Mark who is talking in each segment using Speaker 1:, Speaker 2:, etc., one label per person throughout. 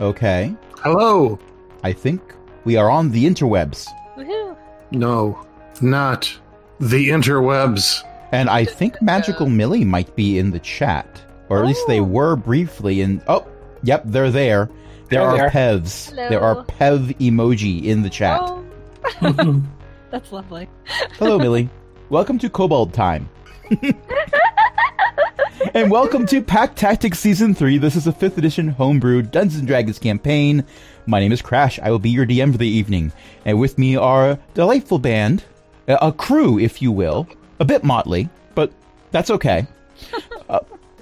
Speaker 1: Okay.
Speaker 2: Hello.
Speaker 1: I think we are on the interwebs.
Speaker 3: Woohoo!
Speaker 2: No, not the interwebs.
Speaker 1: And I think Magical Millie might be in the chat. Or at least they
Speaker 3: Oh.
Speaker 1: were briefly in. Oh, yep, they're there. There
Speaker 4: There
Speaker 1: are
Speaker 4: they are.
Speaker 1: PEVs. There
Speaker 3: Hello.
Speaker 1: are PEV emoji in the chat.
Speaker 3: Oh, that's lovely.
Speaker 1: Hello, Millie. Welcome to Kobold Time. and welcome to Pack Tactics Season 3. This is a 5th edition homebrew Dungeons & Dragons campaign. My name is Crash. I will be your DM for the evening. And with me are a delightful band, uh, a a crew, if you will. A bit motley, but that's okay. Uh,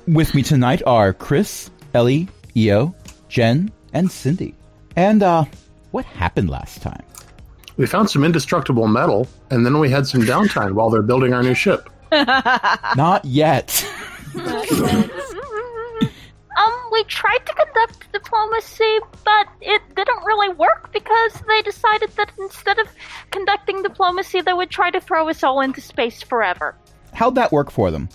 Speaker 1: with me tonight are Chris, Ellie, Io, Jen, and Cindy. And, uh, what happened last time?
Speaker 2: We found some indestructible metal, and then we had some downtime while they're building our new ship.
Speaker 1: Not yet.
Speaker 3: um, we tried to conduct diplomacy, but it didn't really work because they decided that instead of conducting diplomacy, they would try to throw us all into space forever.
Speaker 1: How'd that work for them?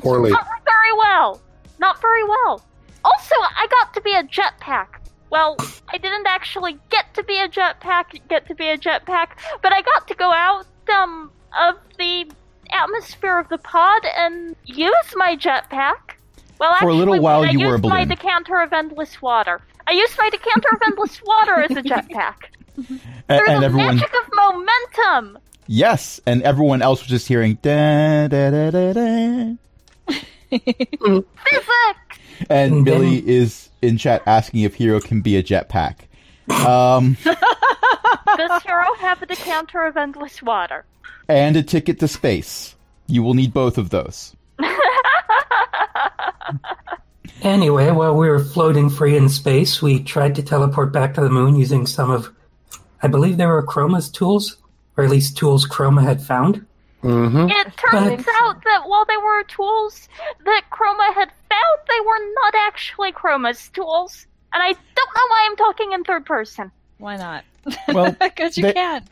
Speaker 2: Poorly.
Speaker 3: Not very well. Not very well. Also, I got to be a jetpack. Well, I didn't actually get to be a jetpack, get to be a jetpack, but I got to go out um of the atmosphere of the pod and use my jetpack. Well,
Speaker 1: For a little
Speaker 3: actually,
Speaker 1: while
Speaker 3: I
Speaker 1: you
Speaker 3: used
Speaker 1: were a
Speaker 3: my
Speaker 1: balloon.
Speaker 3: decanter of endless water. I used my decanter of endless water as a jetpack.
Speaker 1: A-
Speaker 3: Through
Speaker 1: and
Speaker 3: the
Speaker 1: everyone,
Speaker 3: magic of momentum.
Speaker 1: yes, and everyone else was just hearing da da da da da.
Speaker 3: Physics.
Speaker 1: And Billy is in chat asking if Hero can be a jetpack. Um,
Speaker 3: Does hero have a decanter of endless water?
Speaker 1: and a ticket to space. You will need both of those.
Speaker 4: Anyway, while we were floating free in space, we tried to teleport back to the moon using some of, I believe they were Chroma's tools, or at least tools Chroma had found.
Speaker 2: Mm-hmm.
Speaker 3: It turns out that while they were tools that Chroma had found, they were not actually Chroma's tools. And I don't know why I'm talking in third person.
Speaker 5: Why not?
Speaker 1: Well,
Speaker 5: Because you
Speaker 1: they-
Speaker 5: can.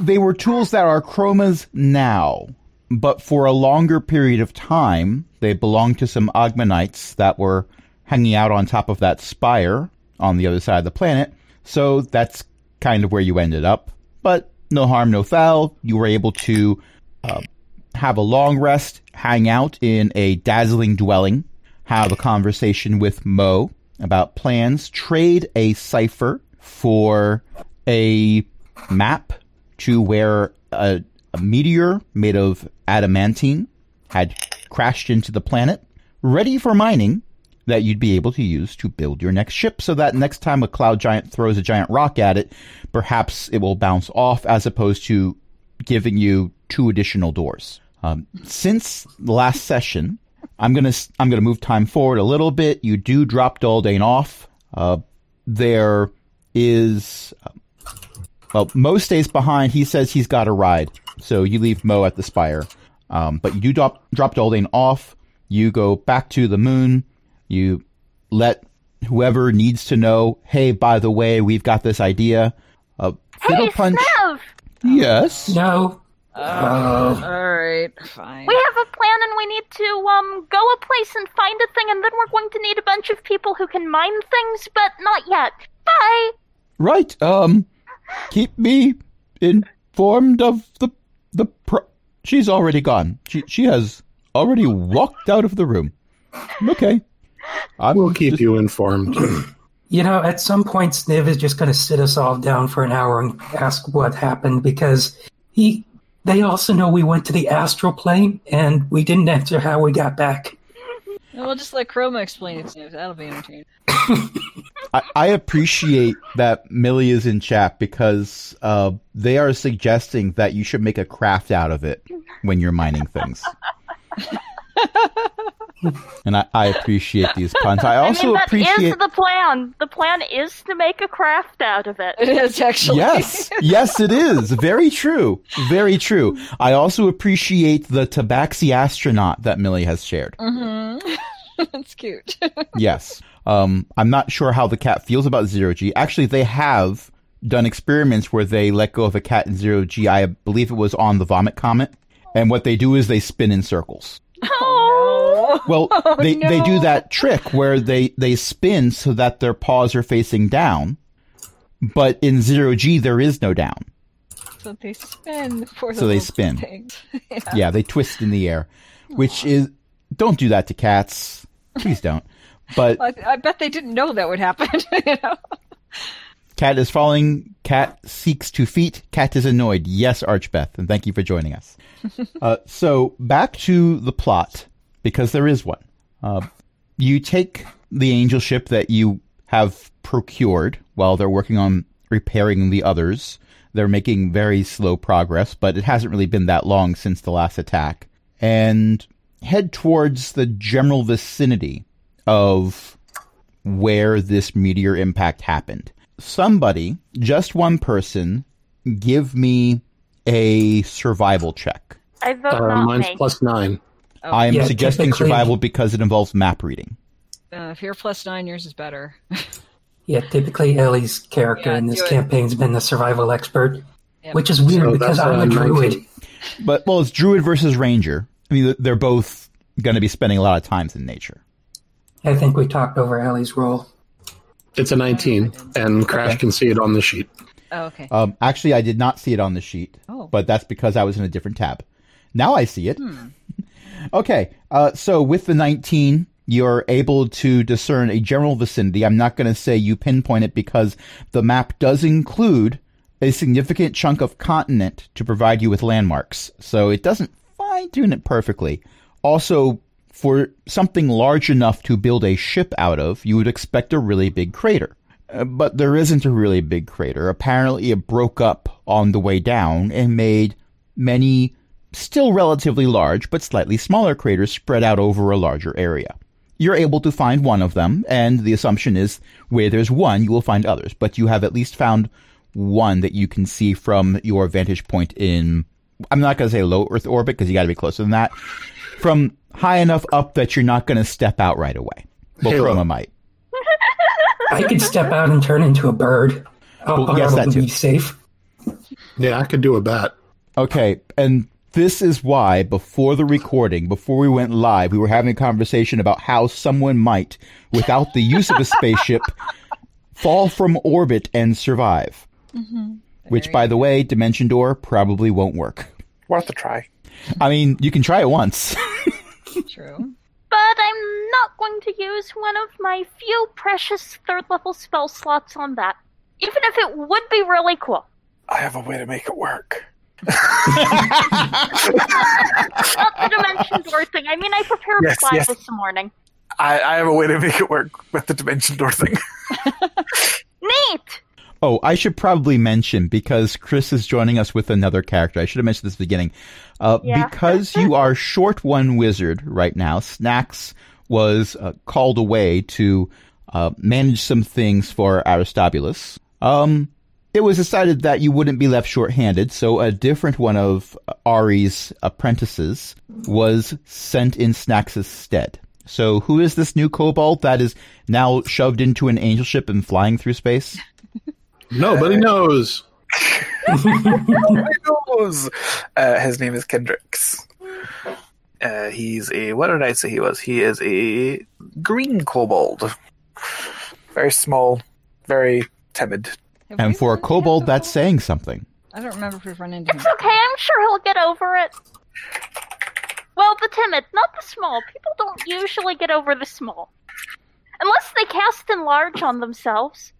Speaker 1: they were tools that are chromas now, but for a longer period of time, they belonged to some Agmanites that were hanging out on top of that spire on the other side of the planet. So that's kind of where you ended up. But no harm, no foul. You were able to uh, have a long rest, hang out in a dazzling dwelling, have a conversation with Mo about plans, trade a cipher for a map to where a, a meteor made of adamantine had crashed into the planet, ready for mining that you'd be able to use to build your next ship so that next time a cloud giant throws a giant rock at it, perhaps it will bounce off as opposed to giving you two additional doors. Um, since the last session, I'm gonna s- I'm gonna move time forward a little bit. You do drop Daldane off. Uh, there is well, Mo stays behind. He says he's got a ride, so you leave Mo at the spire. Um, but you do drop drop Daldane off. You go back to the moon. You let whoever needs to know. Hey, by the way, we've got this idea. Uh, Fiddle
Speaker 3: hey,
Speaker 1: punch.
Speaker 3: Snev!
Speaker 1: Yes.
Speaker 4: No,
Speaker 5: Uh, all right, fine.
Speaker 3: We have a plan and we need to um go a place and find a thing, and then we're going to need a bunch of people who can mine things, but not yet. Bye!
Speaker 1: Right. Um, keep me informed of the the. Pro- She's already gone. She she has already walked out of the room. Okay. I'm
Speaker 2: We'll keep you informed.
Speaker 4: You know, at some point, Sniv is just going to sit us all down for an hour and ask what happened because he. They also know we went to the astral plane and we didn't answer how we got back.
Speaker 5: And we'll just let Chroma explain it to us. That'll be entertaining.
Speaker 1: I, I appreciate that Millie is in chat because uh, they are suggesting that you should make a craft out of it when you're mining things. and I, I appreciate these puns. I
Speaker 3: I
Speaker 1: also
Speaker 3: mean, that is
Speaker 1: appreciate.
Speaker 3: the plan. The plan is to make a craft out of it.
Speaker 5: It is actually.
Speaker 1: Yes, yes, it is. Very true. Very true. I also appreciate the tabaxi astronaut that Millie has shared.
Speaker 5: hmm That's cute.
Speaker 1: Yes. Um, I'm not sure how the cat feels about zero G. Actually, they have done experiments where they let go of a cat in zero G. I believe it was on the vomit comet. And what they do is they spin in circles.
Speaker 3: Oh,
Speaker 1: Well,
Speaker 5: Oh,
Speaker 1: they, they do
Speaker 5: no.
Speaker 1: that trick where they, they spin so that their paws are facing down, but in zero G there is no down.
Speaker 5: So they spin for the
Speaker 1: So they
Speaker 5: little
Speaker 1: spin.
Speaker 5: things. yeah.
Speaker 1: Yeah, they twist in the air, which is don't do that to cats. Please don't. But
Speaker 5: I, I bet they didn't know that would happen. you know?
Speaker 1: cat is falling. Cat seeks to feet. Cat is annoyed. Yes, Archbeth, and thank you for joining us. uh, so back to the plot because there is one. Uh, you take the angel ship that you have procured while they're working on repairing the others. They're making very slow progress, but it hasn't really been that long since the last attack. And head towards the general vicinity of where this meteor impact happened. Somebody, just one person, give me a survival check.
Speaker 3: I vote
Speaker 2: Uh,
Speaker 3: not
Speaker 2: mine's
Speaker 3: me.
Speaker 2: plus nine.
Speaker 1: I am
Speaker 4: Yeah,
Speaker 1: suggesting
Speaker 4: technically-
Speaker 1: survival because it involves map reading.
Speaker 5: Uh, if you're plus nine, yours is better.
Speaker 4: Yeah, typically Ellie's character
Speaker 5: Yeah,
Speaker 4: in this
Speaker 5: do it.
Speaker 4: campaign's been the survival expert,
Speaker 5: Yep.
Speaker 4: which is weird
Speaker 2: So
Speaker 4: because
Speaker 2: that's
Speaker 4: I'm a
Speaker 2: a 19.
Speaker 4: druid.
Speaker 1: But, well, it's druid versus ranger. I mean, they're both going to be spending a lot of times in nature.
Speaker 4: I think we talked over Ellie's role.
Speaker 2: It's a 19, and Crash can see it on the sheet.
Speaker 5: Oh, okay.
Speaker 1: Um, actually, I did not see it on the sheet,
Speaker 5: Oh.
Speaker 1: but that's because I was in a different tab. Now I see it. okay, uh, so with the 19, you're able to discern a general vicinity. I'm not going to say you pinpoint it because the map does include a significant chunk of continent to provide you with landmarks. So it doesn't fine tune it perfectly. Also, for something large enough to build a ship out of, you would expect a really big crater. Uh, But there isn't a really big crater. Apparently, it broke up on the way down and made many still relatively large but slightly smaller craters spread out over a larger area. You're able to find one of them, and the assumption is where there's one, you will find others. But you have at least found one that you can see from your vantage point in, I'm not going to say low Earth orbit because you got to be closer than that, from high enough up that you're not going to step out right away. Well,
Speaker 2: Halo.
Speaker 1: Chroma might.
Speaker 4: I could step out and turn into a bird. I'll
Speaker 1: Well, yes, that
Speaker 4: probably
Speaker 1: too.
Speaker 4: be safe.
Speaker 2: Yeah, I could do a bat.
Speaker 1: Okay, and this is why before the recording, before we went live, we were having a conversation about how someone might, without the use of a spaceship, fall from orbit and survive. Which, by the way, Dimension Door probably won't work.
Speaker 6: Worth a try.
Speaker 1: I mean, you can try it once.
Speaker 5: True.
Speaker 3: But I'm not going to use one of my few precious third level spell slots on that. Even if it would be really cool.
Speaker 6: I have a way to make it work.
Speaker 3: Not the dimension door thing. I mean, I prepared
Speaker 6: Yes,
Speaker 3: five
Speaker 6: yes.
Speaker 3: this morning.
Speaker 6: I, I have a way to make it work with the dimension door thing.
Speaker 3: Neat!
Speaker 1: Oh, I should probably mention because Chris is joining us with another character. I should have mentioned this at the beginning. Uh,
Speaker 3: Yeah.
Speaker 1: Because you are short one wizard right now, Snacks was uh, called away to uh, manage some things for Aristobulus. Um, it was decided that you wouldn't be left short-handed, so a different one of Ari's apprentices was sent in Snacks's stead. So who is this new kobold that is now shoved into an angel ship and flying through space?
Speaker 2: Nobody knows.
Speaker 6: knows? Uh, his name is Kendricks. Uh, he's a what did I say he was? He is a green kobold. Very small, very timid.
Speaker 5: Have we
Speaker 1: And for a
Speaker 5: run into
Speaker 1: kobold,
Speaker 5: him
Speaker 1: that's
Speaker 5: before?
Speaker 1: saying something.
Speaker 5: I don't remember if we've run into
Speaker 3: It's
Speaker 5: him.
Speaker 3: okay, I'm sure he'll get over it. Well, the timid, not the small. People don't usually get over the small. Unless they cast enlarge on themselves.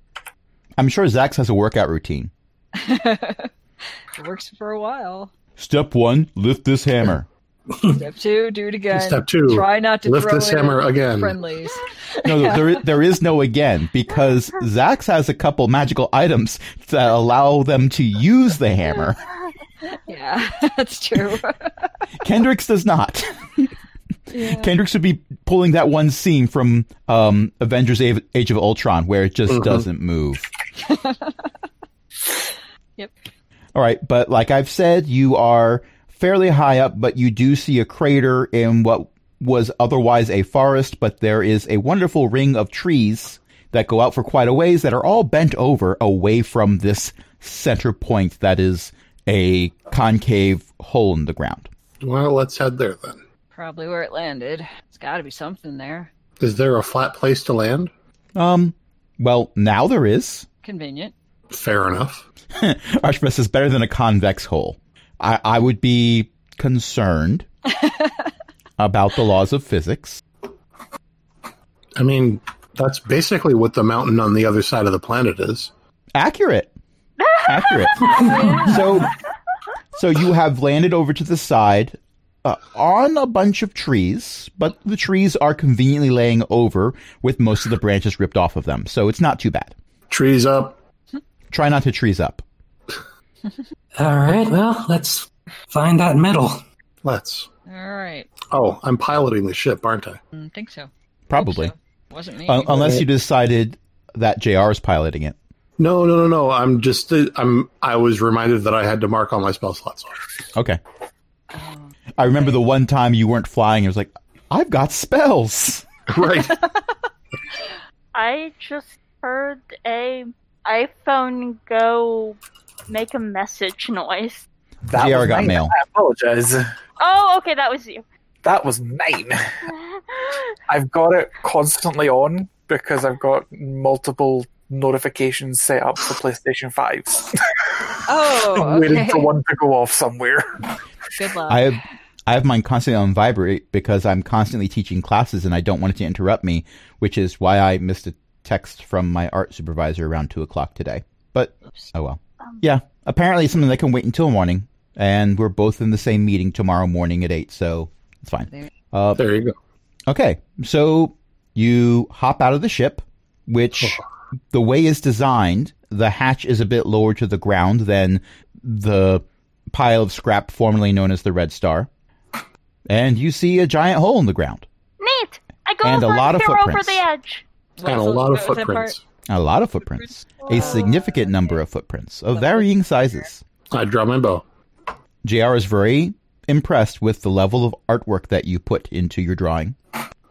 Speaker 1: I'm sure Zax has a workout routine.
Speaker 5: It works for a while.
Speaker 1: Step one, lift this hammer.
Speaker 5: Step two, do it again.
Speaker 2: Step two,
Speaker 5: try not to
Speaker 2: lift
Speaker 5: throw
Speaker 2: this
Speaker 5: in
Speaker 2: hammer again.
Speaker 5: Friendlies.
Speaker 1: No, no there, there is no again because Zax has a couple magical items that allow them to use the hammer.
Speaker 5: Yeah, that's true.
Speaker 1: Kendricks does not.
Speaker 5: yeah.
Speaker 1: Kendricks would be pulling that one scene from um, Avengers Ave- Age of Ultron where it just doesn't move.
Speaker 5: Yep.
Speaker 1: All right, but like I've said, you are fairly high up, but you do see a crater in what was otherwise a forest, but there is a wonderful ring of trees that go out for quite a ways that are all bent over away from this center point that is a concave hole in the ground.
Speaker 2: Well, let's head there then.
Speaker 5: Probably where it landed. It's got to be something there.
Speaker 2: Is there a flat place to land?
Speaker 1: Um, well, now there is.
Speaker 5: Convenient.
Speaker 2: Fair enough.
Speaker 1: Archibus is better than a convex hole. I, I would be concerned about the laws of physics.
Speaker 2: I mean, that's basically what the mountain on the other side of the planet is.
Speaker 1: Accurate. Accurate. so, so you have landed over to the side uh, on a bunch of trees, but the trees are conveniently laying over with most of the branches ripped off of them. So it's not too bad.
Speaker 2: Trees up.
Speaker 1: Try not to trees up.
Speaker 4: All right, well, let's find that metal.
Speaker 2: Let's.
Speaker 5: All right.
Speaker 2: Oh, I'm piloting the ship, aren't I?
Speaker 5: Mm, think so. Hope
Speaker 1: Probably. Uh,
Speaker 5: so. Wasn't me.
Speaker 1: Un- unless you decided that JR is piloting it.
Speaker 2: No, no, no, no. I'm just. I'm. I was reminded that I had to mark all my spell slots.
Speaker 1: Okay. I remember the one time you weren't flying, it was like, I've got spells.
Speaker 2: right.
Speaker 3: I just heard a iPhone go make a message noise.
Speaker 6: That
Speaker 1: JR
Speaker 6: was
Speaker 1: got
Speaker 6: nine.
Speaker 1: mail.
Speaker 6: I apologize.
Speaker 3: Oh, okay, that was you.
Speaker 6: That was nine. I've got it constantly on because I've got multiple notifications set up for PlayStation 5s.
Speaker 5: Oh,
Speaker 6: Waiting
Speaker 5: okay.
Speaker 6: for one to go off somewhere.
Speaker 5: Good luck.
Speaker 1: I have I have mine constantly on vibrate because I'm constantly teaching classes and I don't want it to interrupt me, which is why I missed a text from my art supervisor around two o'clock today. But oh well. Yeah. Apparently it's something that can wait until morning. And we're both in the same meeting tomorrow morning at eight, so it's fine. Uh,
Speaker 2: There you go.
Speaker 1: Okay, so you hop out of the ship, which the way is designed, the hatch is a bit lower to the ground than the pile of scrap formerly known as the Red Star. And you see a giant hole in the ground.
Speaker 3: Neat. I go
Speaker 1: And a
Speaker 3: over
Speaker 1: lot
Speaker 3: and
Speaker 1: of
Speaker 3: peer over
Speaker 1: footprints.
Speaker 3: the edge.
Speaker 2: And a lot of
Speaker 5: What was that part?
Speaker 2: footprints.
Speaker 1: A lot of footprints. A significant number of footprints of varying sizes.
Speaker 2: I draw my bow.
Speaker 1: JR is very impressed with the level of artwork that you put into your drawing.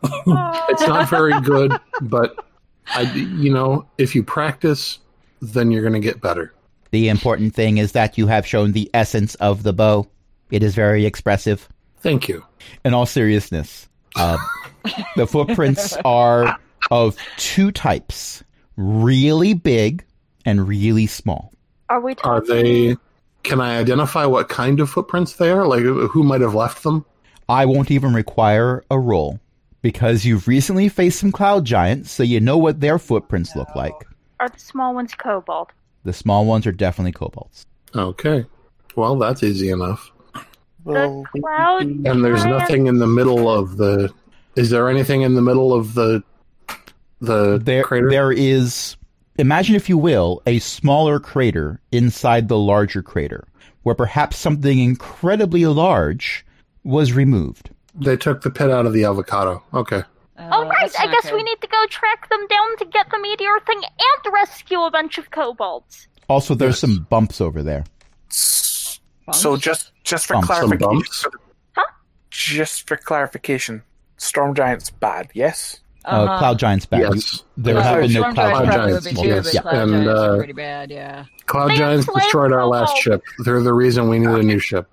Speaker 2: It's not very good, but I. You know, if you practice, then you're going to get better.
Speaker 1: The important thing is that you have shown the essence of the bow. It is very expressive.
Speaker 2: Thank you.
Speaker 1: in all seriousness, uh, the footprints are of two types really big and really small.
Speaker 3: Are we
Speaker 2: Are
Speaker 3: talking?
Speaker 2: they? Can I identify what kind of footprints they are? Like who might have left them?
Speaker 1: I won't even require a roll because you've recently faced some cloud giants, so you know what their footprints look like.
Speaker 3: Are the small ones cobalt?
Speaker 1: The small ones are definitely kobolds.
Speaker 2: Okay. Well, that's easy enough.
Speaker 3: The cloud.
Speaker 2: And there's
Speaker 3: giant-
Speaker 2: nothing in the middle of the. Is there anything in the middle of the the
Speaker 1: There,
Speaker 2: crater?
Speaker 1: there is, imagine if you will, a smaller crater inside the larger crater where perhaps something incredibly large was removed.
Speaker 2: They took the pit out of the avocado. Okay.
Speaker 5: Uh,
Speaker 3: Oh, right.
Speaker 5: that's
Speaker 3: I
Speaker 5: not
Speaker 3: guess we
Speaker 5: good.
Speaker 3: need to go track them down to get the meteor thing and rescue a bunch of kobolds.
Speaker 1: Also, there's some bumps over there.
Speaker 6: So just just for
Speaker 1: Bumps and
Speaker 6: clarification,
Speaker 2: bumps.
Speaker 3: Huh?
Speaker 6: just for clarification, storm giants bad, yes.
Speaker 1: uh, Cloud Giants back.
Speaker 2: Yes.
Speaker 1: There
Speaker 5: Uh,
Speaker 1: have been no
Speaker 5: Storm Giants
Speaker 1: Cloud
Speaker 2: Giant.
Speaker 5: probably
Speaker 1: Giants.
Speaker 5: would be too,
Speaker 2: yes.
Speaker 5: but
Speaker 1: Yeah.
Speaker 5: Cloud
Speaker 2: And,
Speaker 5: Giants
Speaker 2: uh,
Speaker 5: are pretty bad, yeah.
Speaker 2: Cloud
Speaker 3: They
Speaker 2: giants
Speaker 3: enslaved
Speaker 2: destroyed our last
Speaker 3: kobolds.
Speaker 2: ship. They're the reason we needed a new ship.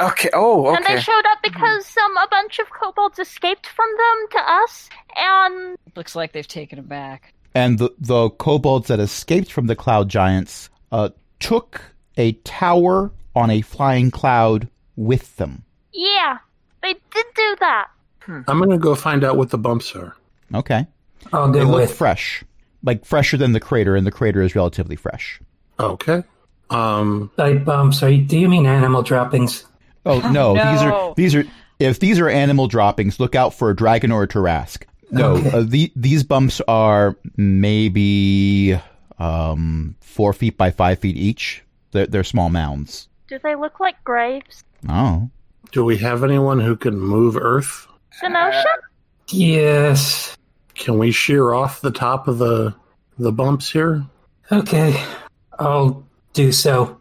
Speaker 6: Okay. Oh,
Speaker 3: And they
Speaker 6: okay.
Speaker 3: showed up because um, a bunch of kobolds escaped from them to us, and
Speaker 5: Looks like they've taken them back.
Speaker 1: And the, the kobolds that escaped from the Cloud Giants uh, took a tower on a flying cloud with them.
Speaker 3: yeah, they did do that.
Speaker 2: I'm gonna go find out what the bumps are.
Speaker 1: Okay.
Speaker 4: I'll
Speaker 1: They
Speaker 4: go
Speaker 1: look
Speaker 4: with.
Speaker 1: fresh, like fresher than the crater, and the crater is relatively fresh.
Speaker 2: Okay. Um.
Speaker 4: Like bumps. Are you, do you mean animal droppings?
Speaker 1: Oh, no, these are
Speaker 5: no.
Speaker 1: these are if these are animal droppings, look out for a dragon or a Tarrasque. No, uh, the, these bumps are maybe um, four feet by five feet each. They're, they're small mounds.
Speaker 3: Do they look like graves?
Speaker 1: Oh,
Speaker 2: Do we have anyone who can move Earth?
Speaker 3: Zenosha?
Speaker 4: Yes.
Speaker 2: Can we shear off the top of the the bumps here?
Speaker 4: Okay. I'll do so.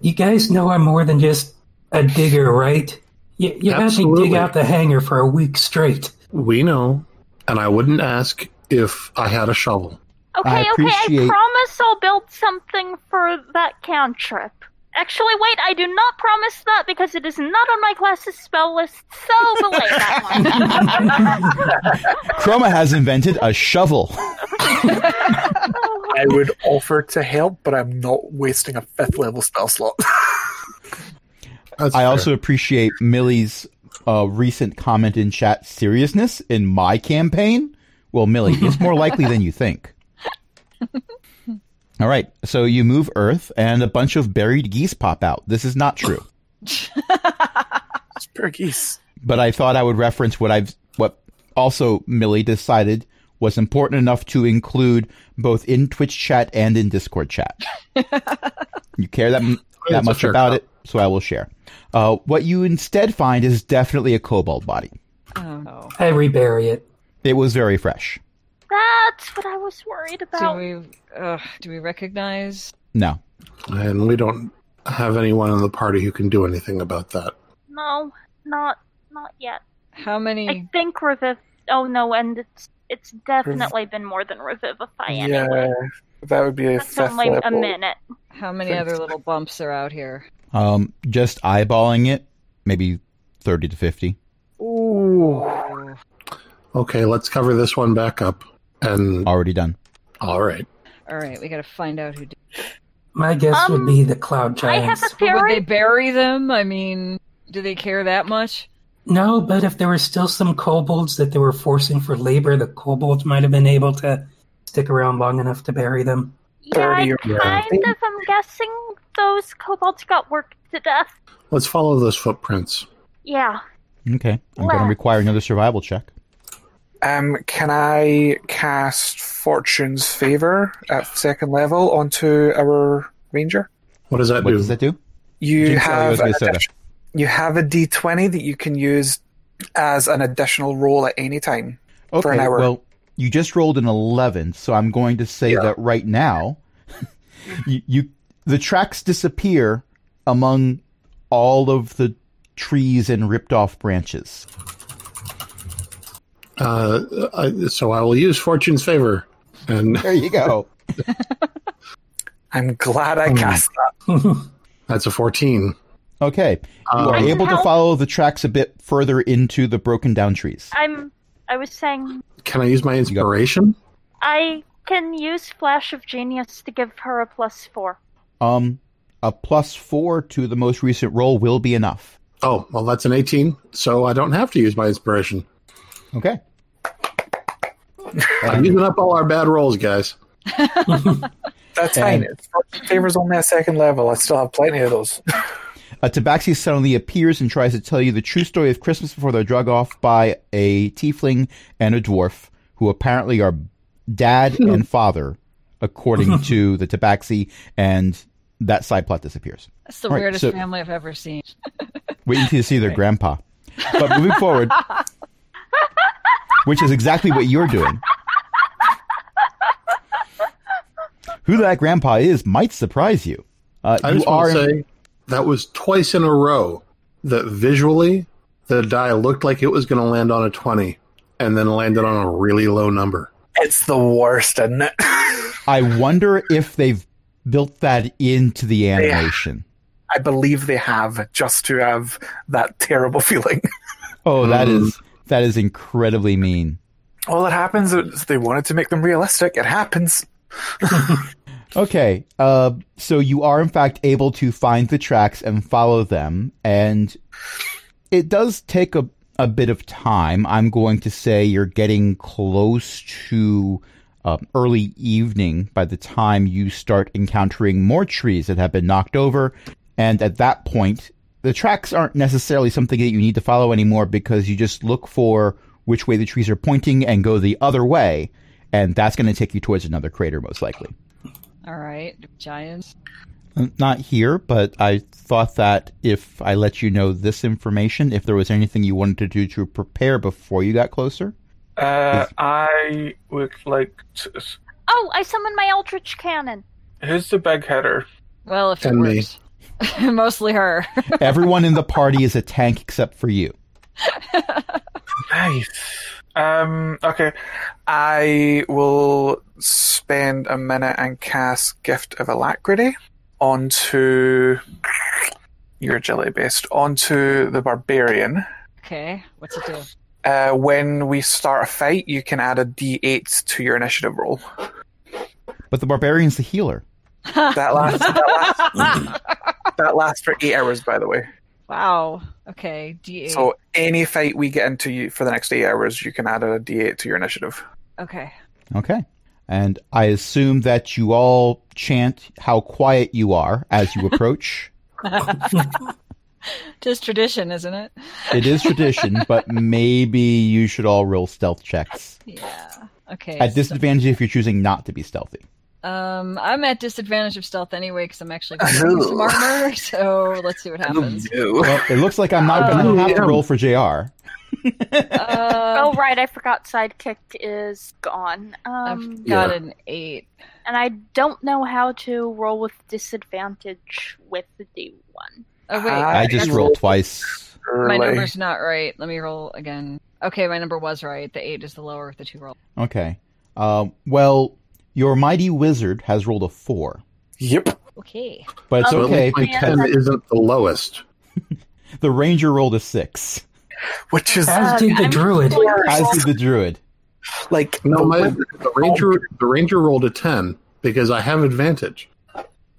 Speaker 4: You guys know I'm more than just a digger, right? You, you had me dig
Speaker 2: Absolutely.
Speaker 4: out the hangar for a week straight.
Speaker 2: We know, and I wouldn't ask if I had a shovel.
Speaker 3: Okay,
Speaker 1: I
Speaker 3: okay, I
Speaker 1: appreciate-
Speaker 3: promise I'll build something for that cantrip. Actually, wait, I do not promise that because it is not on my class's spell list, so belay that one.
Speaker 1: Chroma has invented a shovel.
Speaker 6: I would offer to help, but I'm not wasting a fifth level spell slot.
Speaker 2: That's
Speaker 1: I
Speaker 2: fair.
Speaker 1: also appreciate Millie's uh, recent comment in chat seriousness in my campaign. Well, Millie, it's more likely than you think. All right, so you move Earth, and a bunch of buried geese pop out. This is not true,
Speaker 6: It's pure geese.
Speaker 1: but I thought I would reference what I've what also Millie decided was important enough to include both in Twitch chat and in Discord chat. you care that m- that
Speaker 2: That's a
Speaker 1: much
Speaker 2: fair
Speaker 1: about
Speaker 2: cop.
Speaker 1: it, so I will share. Uh, what you instead find is definitely a kobold body.
Speaker 5: Oh no.
Speaker 4: I rebury it.
Speaker 1: It was very fresh.
Speaker 3: That's what I was worried
Speaker 5: Do
Speaker 3: about.
Speaker 5: we uh, do we recognize?
Speaker 1: No.
Speaker 2: And we don't have anyone in the party who can do anything about that.
Speaker 3: No, not not yet.
Speaker 5: How
Speaker 3: I
Speaker 5: many?
Speaker 3: think reviv. Oh no, and it's it's definitely been more than revivify.
Speaker 6: yeah,
Speaker 3: Anyway.
Speaker 6: that would be a
Speaker 3: That's
Speaker 6: fifth
Speaker 3: only
Speaker 6: level.
Speaker 3: a minute.
Speaker 5: How many other little bumps are out here?
Speaker 1: Um, just eyeballing it, maybe 30 to 50.
Speaker 6: Ooh,
Speaker 2: Okay, let's cover this one back up. And
Speaker 1: Already done.
Speaker 2: all right.
Speaker 5: All right, we got to find out who. Did.
Speaker 4: My guess
Speaker 3: Um,
Speaker 4: would be the cloud
Speaker 3: I have
Speaker 4: giants.
Speaker 3: a
Speaker 5: Would they
Speaker 3: theory.
Speaker 5: bury them? I mean, do they care that much?
Speaker 4: No, but if there were still some kobolds that they were forcing for labor, the kobolds might have been able to stick around long enough to bury them.
Speaker 3: Yeah, I
Speaker 6: 30 or
Speaker 3: kind of am guessing those kobolds got worked to death.
Speaker 2: Let's follow those footprints.
Speaker 3: Yeah.
Speaker 1: Okay. I'm going to
Speaker 3: Wow.
Speaker 1: require another survival check.
Speaker 6: Um, can I cast Fortune's Favor at second level onto our ranger?
Speaker 2: What does that
Speaker 1: What
Speaker 2: do?
Speaker 1: does that do?
Speaker 6: You
Speaker 1: Jinx
Speaker 6: have
Speaker 1: Elliot
Speaker 6: an
Speaker 1: Minnesota.
Speaker 6: addition- you have a d20 that you can use as an additional roll at any time.
Speaker 1: Okay.
Speaker 6: an hour.
Speaker 1: Well, you just rolled an 11, so I'm going to say that right now, you, you the tracks disappear among all of the trees and ripped off branches.
Speaker 2: Uh, I, so I will use Fortune's favor. And
Speaker 1: There you go.
Speaker 6: I'm glad I cast that.
Speaker 2: that's a 14.
Speaker 1: Okay. You are
Speaker 2: Um,
Speaker 1: able to
Speaker 3: Help.
Speaker 1: follow the tracks a bit further into the broken down trees.
Speaker 3: I'm I was saying
Speaker 2: Can I use my inspiration?
Speaker 3: I can use Flash of Genius to give her a plus four.
Speaker 1: Um, a plus four to the most recent roll will be enough.
Speaker 2: Oh, well, that's an 18. So I don't have to use my inspiration.
Speaker 1: Okay.
Speaker 2: I'm using up all our bad rolls, guys.
Speaker 6: That's
Speaker 1: And-
Speaker 6: fine. It's Fortune's Favor's only a second level. I still have plenty of those.
Speaker 1: A tabaxi suddenly appears and tries to tell you the true story of Christmas before they're drug off by a tiefling and a dwarf, who apparently are dad and father, according to the tabaxi, and that side plot disappears.
Speaker 5: That's the
Speaker 1: Right,
Speaker 5: weirdest
Speaker 1: so-
Speaker 5: family I've ever seen.
Speaker 1: Waiting to see their grandpa. But moving forward, which is exactly what you're doing. Who that grandpa is might surprise you. Uh,
Speaker 2: I
Speaker 1: you
Speaker 2: just want
Speaker 1: are
Speaker 2: to say that was twice in a row that visually the die looked like it was going to land on a 20 and then landed on a really low number.
Speaker 6: It's the worst, isn't it?
Speaker 1: I wonder if they've built that into the animation.
Speaker 6: I believe they have just to have that terrible feeling.
Speaker 1: Oh, that
Speaker 2: Mm.
Speaker 1: is that is incredibly mean.
Speaker 6: All that happens is they wanted to make them realistic. It happens.
Speaker 1: Okay, uh, so you are in fact able to find the tracks and follow them, and it does take a a bit of time. I'm going to say you're getting close to um, early evening by the time you start encountering more trees that have been knocked over, and at that point, the tracks aren't necessarily something that you need to follow anymore because you just look for which way the trees are pointing and go the other way, and that's going to take you towards another crater most likely.
Speaker 5: All right, giants.
Speaker 1: Not here, but I thought that if I let you know this information, if there was anything you wanted to do to prepare before you got closer.
Speaker 7: Uh, I would like. To,
Speaker 3: Oh, I summoned my Eldritch Cannon.
Speaker 7: who's the big hitter?
Speaker 5: Well, if it
Speaker 2: And me.
Speaker 5: works. Mostly her.
Speaker 1: Everyone in the party is a tank except for you.
Speaker 7: Nice. Um. Okay.
Speaker 6: I will spend a minute and cast Gift of Alacrity onto your jelly based onto the barbarian.
Speaker 5: Okay, what's it do?
Speaker 6: Uh, when we start a fight, you can add a D8 to your initiative roll.
Speaker 1: But the barbarian's the healer.
Speaker 6: That lasts. that, lasts that lasts for eight hours, by the way.
Speaker 5: Wow. Okay, D8.
Speaker 6: So any fight we get into you for the next eight hours, you can add a D8 to your initiative.
Speaker 5: okay.
Speaker 1: Okay. And I assume that you all chant how quiet you are as you approach.
Speaker 4: Mm.
Speaker 5: Just tradition, isn't it?
Speaker 1: it is tradition, but maybe you should all roll stealth checks.
Speaker 5: Yeah. Okay.
Speaker 1: At disadvantage if you're choosing not to be stealthy.
Speaker 5: Um, I'm at disadvantage of stealth anyway because I'm actually wearing some armor. So let's see what happens.
Speaker 1: Well, it looks like I'm not going to have to roll for JR.
Speaker 5: Uh,
Speaker 3: oh right, I forgot sidekick is gone. Um,
Speaker 5: I've got an eight.
Speaker 3: and I don't know how to roll with disadvantage with the D one.
Speaker 5: Oh wait,
Speaker 6: Ah,
Speaker 1: I just rolled twice.
Speaker 5: my
Speaker 6: Early.
Speaker 5: number's not right. Let me roll again. Okay, my number was right. The eight is the lower of the two rolls.
Speaker 1: Okay. Um, well, your mighty wizard has rolled a four,
Speaker 6: Yep.
Speaker 5: Okay.
Speaker 1: but it's
Speaker 3: Um,
Speaker 2: So
Speaker 1: Oh, okay
Speaker 2: at least my
Speaker 1: because
Speaker 2: ten isn't the lowest.
Speaker 1: the ranger rolled a six,
Speaker 6: Which is
Speaker 4: As
Speaker 3: Uh,
Speaker 4: did the
Speaker 3: I'm-
Speaker 4: druid.
Speaker 1: as did the druid.
Speaker 6: like
Speaker 2: No,
Speaker 6: the
Speaker 2: my,
Speaker 6: wizard-
Speaker 2: the ranger the ranger rolled a ten because I have advantage,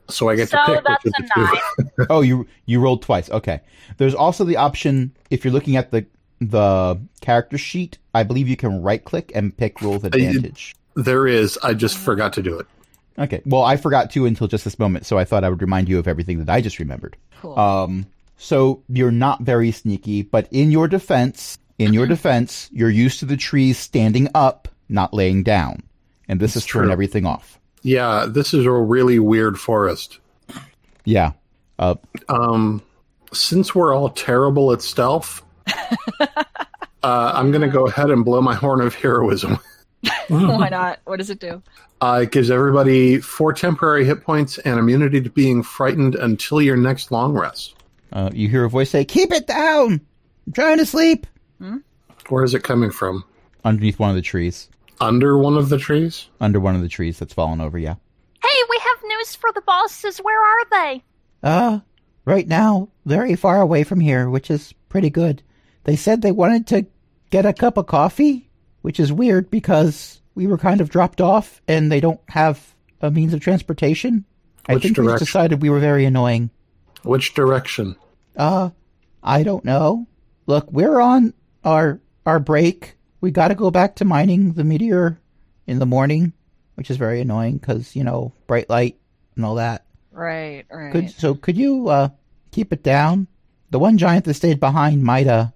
Speaker 2: so I get
Speaker 3: So
Speaker 2: to pick.
Speaker 3: that's
Speaker 2: which
Speaker 3: a
Speaker 2: is the two.
Speaker 3: nine.
Speaker 1: Oh, you you rolled twice. Okay. There's also the option if you're looking at the the character sheet. I believe you can right click and pick roll with
Speaker 2: you-
Speaker 1: advantage.
Speaker 2: There is. I just
Speaker 3: Mm-hmm.
Speaker 2: forgot to do it.
Speaker 1: Okay. Well, I forgot to until just this moment, so I thought I would remind you of everything that I just remembered.
Speaker 5: Cool.
Speaker 1: Um, so you're not very sneaky, but in your defense, in your defense, you're used to the trees standing up, not laying down, and this has thrown
Speaker 2: true.
Speaker 1: everything off.
Speaker 2: Yeah, this is a really weird forest.
Speaker 1: Yeah. Uh,
Speaker 2: Um, since we're all terrible at stealth, uh, I'm going to go ahead and blow my horn of heroism.
Speaker 5: Why not? What does it do?
Speaker 2: Uh, it gives everybody four temporary hit points and immunity to being frightened until your next long rest.
Speaker 1: uh, you hear a voice say, "Keep it down! I'm trying to sleep."
Speaker 2: Where is it coming from?
Speaker 1: Underneath one of the trees,
Speaker 2: Under one of the trees?
Speaker 1: under one of the trees that's fallen over. Yeah.
Speaker 3: Hey, we have news for the bosses. Where are they?
Speaker 1: Uh, right now, very far away from here, which is pretty good. They said they wanted to get a cup of coffee, which is weird because we were kind of dropped off and they don't have a means of transportation. I
Speaker 2: Which
Speaker 1: think we
Speaker 2: direction?
Speaker 1: decided we were very annoying.
Speaker 2: Which direction?
Speaker 1: Uh, I don't know. Look, we're on our our break. We got to go back to mining the meteor in the morning, which is very annoying because you know bright light and all that.
Speaker 5: Right. Right.
Speaker 1: Could so could you uh, keep it down? The one giant that stayed behind might uh,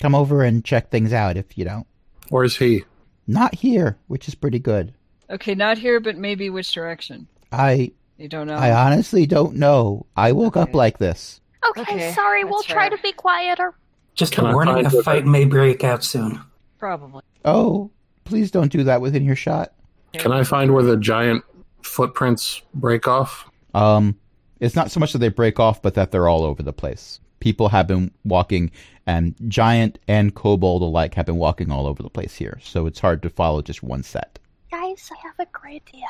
Speaker 1: come over and check things out if you don't.
Speaker 2: Where's he?
Speaker 1: Not here, which is pretty good.
Speaker 5: Okay, not here, but maybe which direction?
Speaker 1: I
Speaker 5: You don't know.
Speaker 1: I honestly don't know. I woke up
Speaker 5: Oh. Okay.
Speaker 1: like this.
Speaker 3: Okay,
Speaker 5: Okay,
Speaker 3: sorry. We'll
Speaker 5: that's
Speaker 3: try
Speaker 5: fair.
Speaker 3: to be quieter.
Speaker 4: Just
Speaker 2: Can I
Speaker 4: a warning:
Speaker 2: find
Speaker 4: a
Speaker 2: the-
Speaker 4: fight may break out soon.
Speaker 5: Probably.
Speaker 1: Oh, please don't do that within your shot.
Speaker 2: Can I find where the giant footprints break off?
Speaker 1: Um, it's not so much that they break off, but that they're all over the place. People have been walking, and giant and kobold alike have been walking all over the place here. So it's hard to follow just one set.
Speaker 3: Guys, I have a great idea.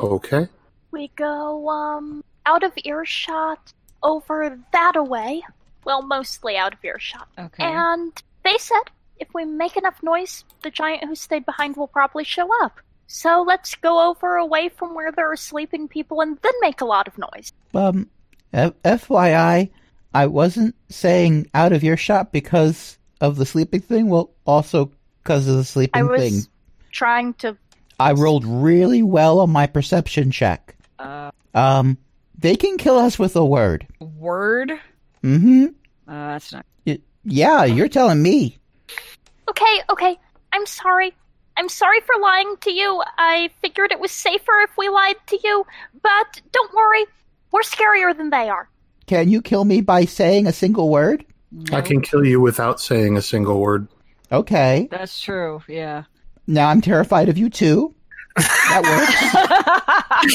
Speaker 2: Okay.
Speaker 3: We go um out of earshot over that away. Well, mostly out of earshot.
Speaker 5: Okay.
Speaker 3: And they said if we make enough noise, the giant who stayed behind will probably show up. So let's go over away from where there are sleeping people and then make a lot of noise.
Speaker 1: Um, F- FYI, I wasn't saying out of your shot because of the sleeping thing. Well, also because of the sleeping
Speaker 3: I was
Speaker 1: thing.
Speaker 3: trying to.
Speaker 1: I rolled really well on my perception check.
Speaker 5: Uh,
Speaker 1: Um, they can kill us with a word.
Speaker 5: word. Uh,
Speaker 1: Mm-hmm.
Speaker 5: that's not.
Speaker 1: yeah, you're telling me.
Speaker 3: Okay, okay. I'm sorry. I'm sorry for lying to you. I figured it was safer if we lied to you, but don't worry. We're scarier than they are.
Speaker 1: Can you kill me by saying a single word?
Speaker 5: No,
Speaker 2: I can kill you without saying a single word.
Speaker 1: Okay.
Speaker 5: That's true. Yeah.
Speaker 1: Now I'm terrified of you too. That works.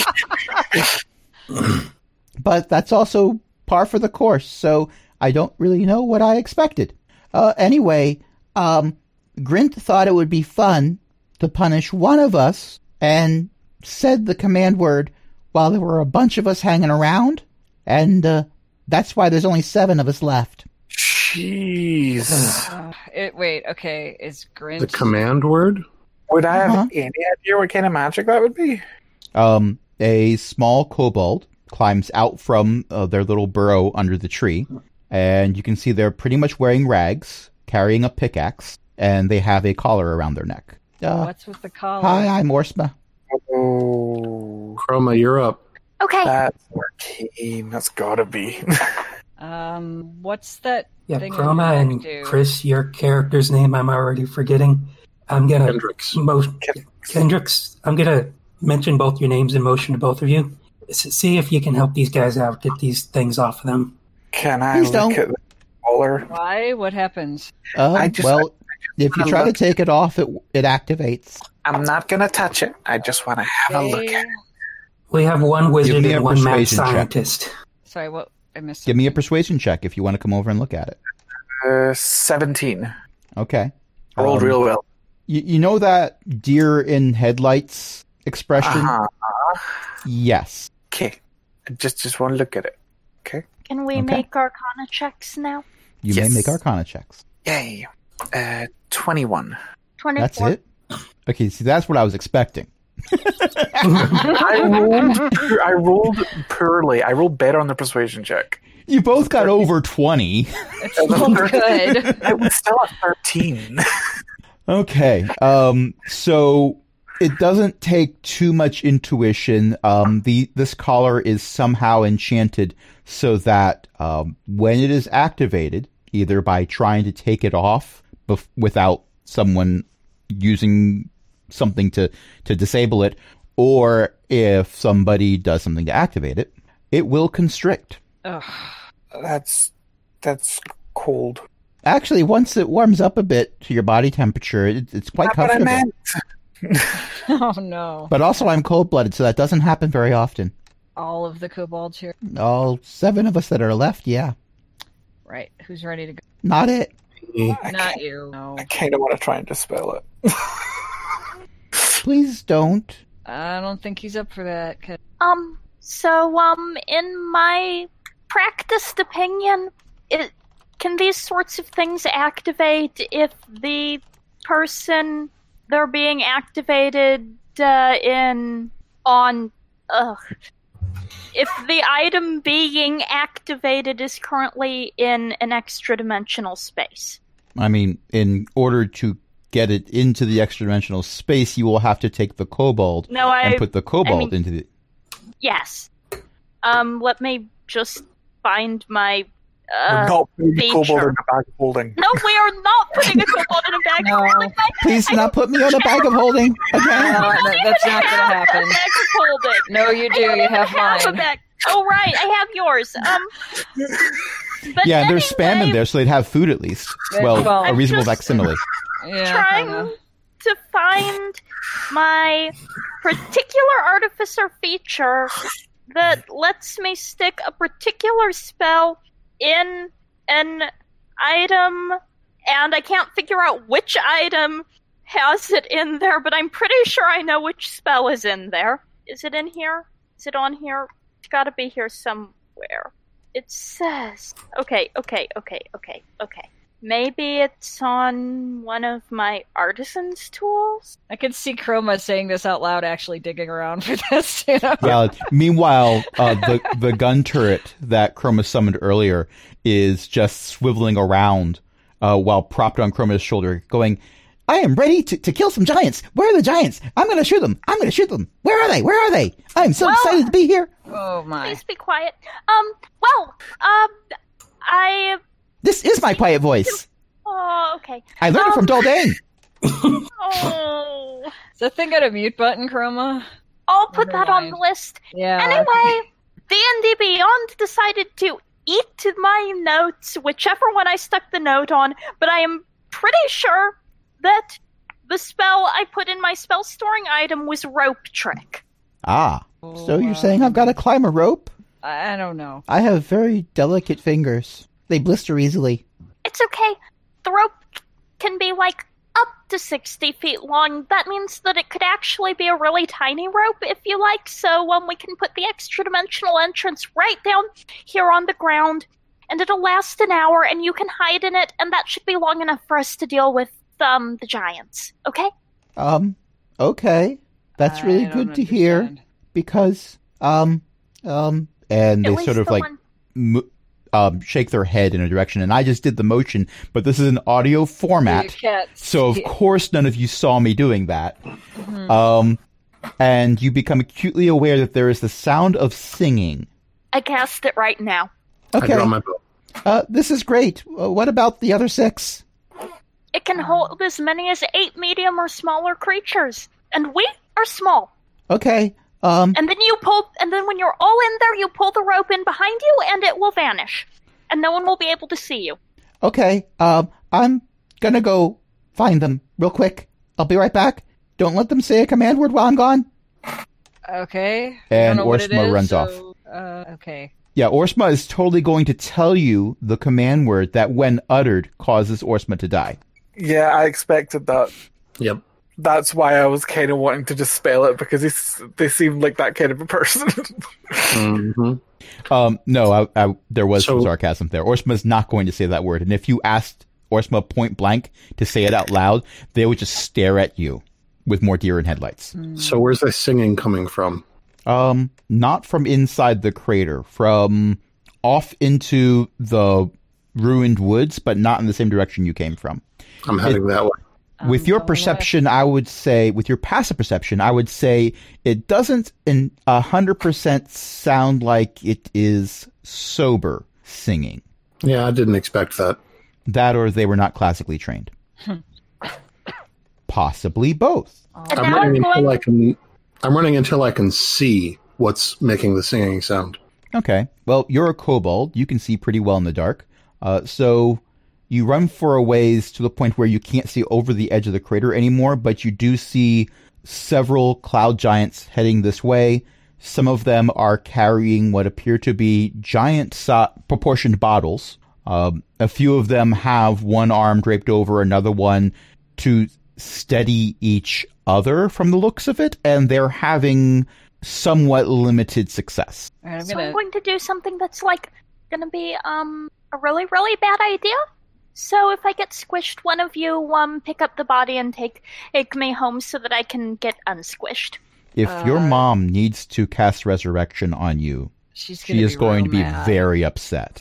Speaker 1: but that's also par for the course. So I don't really know what I expected. Uh, anyway, um, Grint thought it would be fun to punish one of us and said the command word while there were a bunch of us hanging around. and uh, that's why there's only seven of us left.
Speaker 6: Jeez.
Speaker 5: Uh, it, wait, okay. Is Grinch.
Speaker 2: The command word?
Speaker 6: Would I have
Speaker 1: Uh-huh.
Speaker 6: any idea what kind of magic that would be?
Speaker 1: Um, a small kobold climbs out from uh, their little burrow under the tree, and you can see they're pretty much wearing rags, carrying a pickaxe, and they have a collar around their neck. Uh,
Speaker 5: What's with the collar?
Speaker 1: hi, I'm Orsma.
Speaker 6: Oh,
Speaker 2: Chroma, you're up.
Speaker 3: Okay.
Speaker 6: that's fourteen. That's gotta be.
Speaker 5: Um, what's that?
Speaker 4: Yeah,
Speaker 5: Thing
Speaker 4: Chroma
Speaker 5: I
Speaker 4: and
Speaker 5: do.
Speaker 4: Chris, your character's name I'm already forgetting. I'm gonna
Speaker 2: Hendrix.
Speaker 4: most Kendricks. I'm gonna mention both your names in motion to both of you. S- See if you can help these guys out, get these things off of them.
Speaker 6: Can I
Speaker 1: Please
Speaker 6: look
Speaker 1: don't.
Speaker 6: at the collar?
Speaker 5: Why? What happens?
Speaker 1: Uh,
Speaker 6: I just-
Speaker 1: well, if you
Speaker 6: wanna
Speaker 1: try to
Speaker 6: look.
Speaker 1: take it off, it it activates.
Speaker 6: I'm not gonna touch it. I just want to have a look
Speaker 5: They-
Speaker 6: at. it.
Speaker 4: We have one wizard
Speaker 1: me a
Speaker 4: and one mad
Speaker 1: persuasion check.
Speaker 4: scientist.
Speaker 5: Sorry, what? I missed.
Speaker 1: Give me a
Speaker 5: something.
Speaker 1: persuasion check if you want to come over and look at it.
Speaker 6: Uh, Seventeen.
Speaker 1: Okay.
Speaker 6: Rolled
Speaker 1: Um,
Speaker 6: real well.
Speaker 1: You, you know that deer in headlights expression?
Speaker 6: Uh-huh.
Speaker 1: Yes.
Speaker 6: Okay. I just just want to look at it.
Speaker 3: Can we
Speaker 1: Okay.
Speaker 3: make Arcana checks now?
Speaker 1: You
Speaker 6: Yes.
Speaker 1: may make Arcana checks.
Speaker 6: Yay. Uh, twenty-one.
Speaker 3: Twenty-four.
Speaker 1: That's it. Okay, see, that's what I was expecting.
Speaker 6: I rolled. per- I rolled poorly. I rolled better on the persuasion check.
Speaker 1: You both got over 20.
Speaker 5: It's not good.
Speaker 6: It was still a thirteen.
Speaker 1: Okay. Um, so it doesn't take too much intuition. Um, the this collar is somehow enchanted so that um, when it is activated, either by trying to take it off bef- without someone using something to to disable it, or if somebody does something to activate it, it will constrict.
Speaker 5: Ugh.
Speaker 6: That's that's cold.
Speaker 1: Actually, once it warms up a bit to your body temperature, it, it's quite
Speaker 6: Not what I
Speaker 1: comfortable.
Speaker 6: meant.
Speaker 5: Oh no!
Speaker 1: But also, I'm cold blooded, so that doesn't happen very often.
Speaker 5: All of the kobolds here.
Speaker 1: All seven of us that are left, yeah.
Speaker 5: Right. Who's ready to go?
Speaker 1: Not it.
Speaker 6: I
Speaker 5: Not you. No.
Speaker 6: I kind of want to try and dispel it.
Speaker 1: Please don't.
Speaker 5: I don't think he's up for that. 'cause-
Speaker 3: Um. So, um, in my practiced opinion, it can these sorts of things activate if the person they're being activated uh, in on ugh. If the item being activated is currently in an extra dimensional space.
Speaker 1: I mean, in order to get it into the extra dimensional space, you will have to take the kobold
Speaker 3: No, I
Speaker 1: and put the kobold
Speaker 3: mean-
Speaker 1: into the.
Speaker 3: yes. Um, let me just find my
Speaker 6: We're
Speaker 3: uh,
Speaker 6: not putting the kobold
Speaker 3: feature.
Speaker 6: in the bag of holding.
Speaker 3: No, we are not putting a kobold in a bag.
Speaker 5: No.
Speaker 3: We're like, I
Speaker 1: Please not put me on a bag of holding again.
Speaker 5: No, that- that's not gonna
Speaker 3: don't have
Speaker 5: happen.
Speaker 3: a bag of holding.
Speaker 5: No, you do.
Speaker 3: I don't
Speaker 5: You
Speaker 3: even
Speaker 5: have
Speaker 3: a
Speaker 5: mine.
Speaker 3: bag. Oh right, I have yours. Um, but
Speaker 1: Yeah, and
Speaker 3: anyway,
Speaker 1: there's spam in there, so they'd have food at least.
Speaker 5: Yeah,
Speaker 1: Well,
Speaker 5: well,
Speaker 1: a
Speaker 5: I'm
Speaker 1: reasonable
Speaker 3: just-
Speaker 1: facsimile.
Speaker 5: Yeah.
Speaker 3: Trying to find my particular artificer feature that lets me stick a particular spell in an item, and I can't figure out which item has it in there, but I'm pretty sure I know which spell is in there. Is it in here? Is it on here? It's gotta be here somewhere. It says. Okay, okay, okay, okay, okay. Maybe it's on one of my artisan's tools?
Speaker 5: I could see Chroma saying this out loud, actually digging around for this. You know?
Speaker 1: Valid. Meanwhile, uh, the the gun turret that Chroma summoned earlier is just swiveling around uh, while propped on Chroma's shoulder, going, "I am ready to, to kill some giants. Where are the giants? I'm going to shoot them. I'm going to shoot them. Where are they? Where are they? I'm so
Speaker 3: Well-
Speaker 1: excited to be here.
Speaker 5: Oh my!
Speaker 3: Please be quiet. Um, well, um, I.
Speaker 1: This is my quiet voice.
Speaker 3: Oh, okay.
Speaker 1: I learned it from
Speaker 5: um,
Speaker 1: Daldane.
Speaker 3: Oh.
Speaker 5: Does that thing got a mute button, Chroma?
Speaker 3: I'll put that on the
Speaker 5: Nevermind.
Speaker 3: list.
Speaker 5: Yeah.
Speaker 3: Anyway, D&D Beyond decided to eat my notes, whichever one I stuck the note on, but I am pretty sure that the spell I put in my spell storing item was rope trick.
Speaker 1: Ah, so
Speaker 5: um,
Speaker 1: you're saying I've got to climb a rope?
Speaker 5: I, I don't know.
Speaker 1: I have very delicate fingers. They blister easily.
Speaker 3: It's okay. The rope can be like up to 60 feet long. That means that it could actually be a really tiny rope if you like. So um, we can put the extra dimensional entrance right down here on the ground, and it'll last an hour, and you can hide in it, and that should be long enough for us to deal with um, the giants. Okay?
Speaker 1: Um, okay. That's really
Speaker 5: I don't
Speaker 1: good to hear
Speaker 5: understand.
Speaker 1: because, um, um, and
Speaker 3: At
Speaker 1: they
Speaker 3: least
Speaker 1: sort of
Speaker 3: the
Speaker 1: like
Speaker 3: one-
Speaker 1: mo- um, shake their head in a direction. And I just did the motion, but this is an audio
Speaker 5: You
Speaker 1: format.
Speaker 5: can't
Speaker 1: So of
Speaker 5: see-
Speaker 1: course none of you saw me doing that.
Speaker 3: Mm-hmm.
Speaker 1: Um, and you become acutely aware that there is the sound of singing.
Speaker 3: I cast it right now.
Speaker 2: I
Speaker 1: Okay,
Speaker 2: draw my bow.
Speaker 1: uh, this is great. Uh, what about the other six?
Speaker 3: It
Speaker 1: Oh.
Speaker 3: can hold as many as eight medium or smaller creatures, and we are small.
Speaker 1: Okay, um,
Speaker 3: And then you pull, and then when you're all in there, you pull the rope in behind you, and it will vanish, and no one will be able to see you.
Speaker 1: okay. Um, I'm gonna go find them real quick. I'll be right back. Don't let them say a command word while I'm gone.
Speaker 5: Okay. We
Speaker 1: And
Speaker 5: don't know what it
Speaker 1: Orsmo
Speaker 5: is,
Speaker 1: runs
Speaker 5: so, Uh, okay.
Speaker 1: Yeah, Orsma is totally going to tell you the command word that, when uttered, causes Orsma to die.
Speaker 6: Yeah, I expected that.
Speaker 2: Yep.
Speaker 6: That's why I was kind of wanting to just spell it because he's, they seemed like that kind of a person.
Speaker 2: hmm
Speaker 1: Um, no, I, I, there was some
Speaker 2: So-
Speaker 1: sarcasm there. Orsma's not going to say that word, and if you asked Orsma point blank to say it out loud, they would just stare at you with more deer in headlights.
Speaker 2: So where's the singing coming from?
Speaker 1: Um, not from inside the crater, from off into the ruined woods, but not in the same direction you came from.
Speaker 2: I'm heading that way.
Speaker 1: with
Speaker 5: Um,
Speaker 1: your
Speaker 5: go away.
Speaker 1: perception, I would say, with your passive perception, I would say it doesn't in a hundred percent sound like it is sober singing.
Speaker 2: Yeah, I didn't expect that.
Speaker 1: That or they were not classically trained. Possibly both.
Speaker 5: Oh,
Speaker 3: And
Speaker 2: I'm
Speaker 3: now I'm
Speaker 2: running until I
Speaker 3: going.
Speaker 2: can. I'm running until I can see what's making the singing sound.
Speaker 1: Okay. Well, you're a kobold. You can see pretty well in the dark. Uh, so you run for a ways to the point where you can't see over the edge of the crater anymore, but you do see several cloud giants heading this way. Some of them are carrying what appear to be giant si- proportioned bottles. Um, a few of them have one arm draped over another one to steady each other from the looks of it, and they're having somewhat limited success.
Speaker 5: All right, I'm
Speaker 3: So
Speaker 5: gonna.
Speaker 3: I'm going to do something that's like going to be um a really really bad idea. So if I get squished, one of you um pick up the body and take take me home so that I can get unsquished.
Speaker 1: If
Speaker 5: Uh,
Speaker 1: your mom needs to cast resurrection on you,
Speaker 5: she's gonna
Speaker 1: she is
Speaker 5: be
Speaker 1: going
Speaker 5: real
Speaker 1: to be
Speaker 5: mad.
Speaker 1: very upset.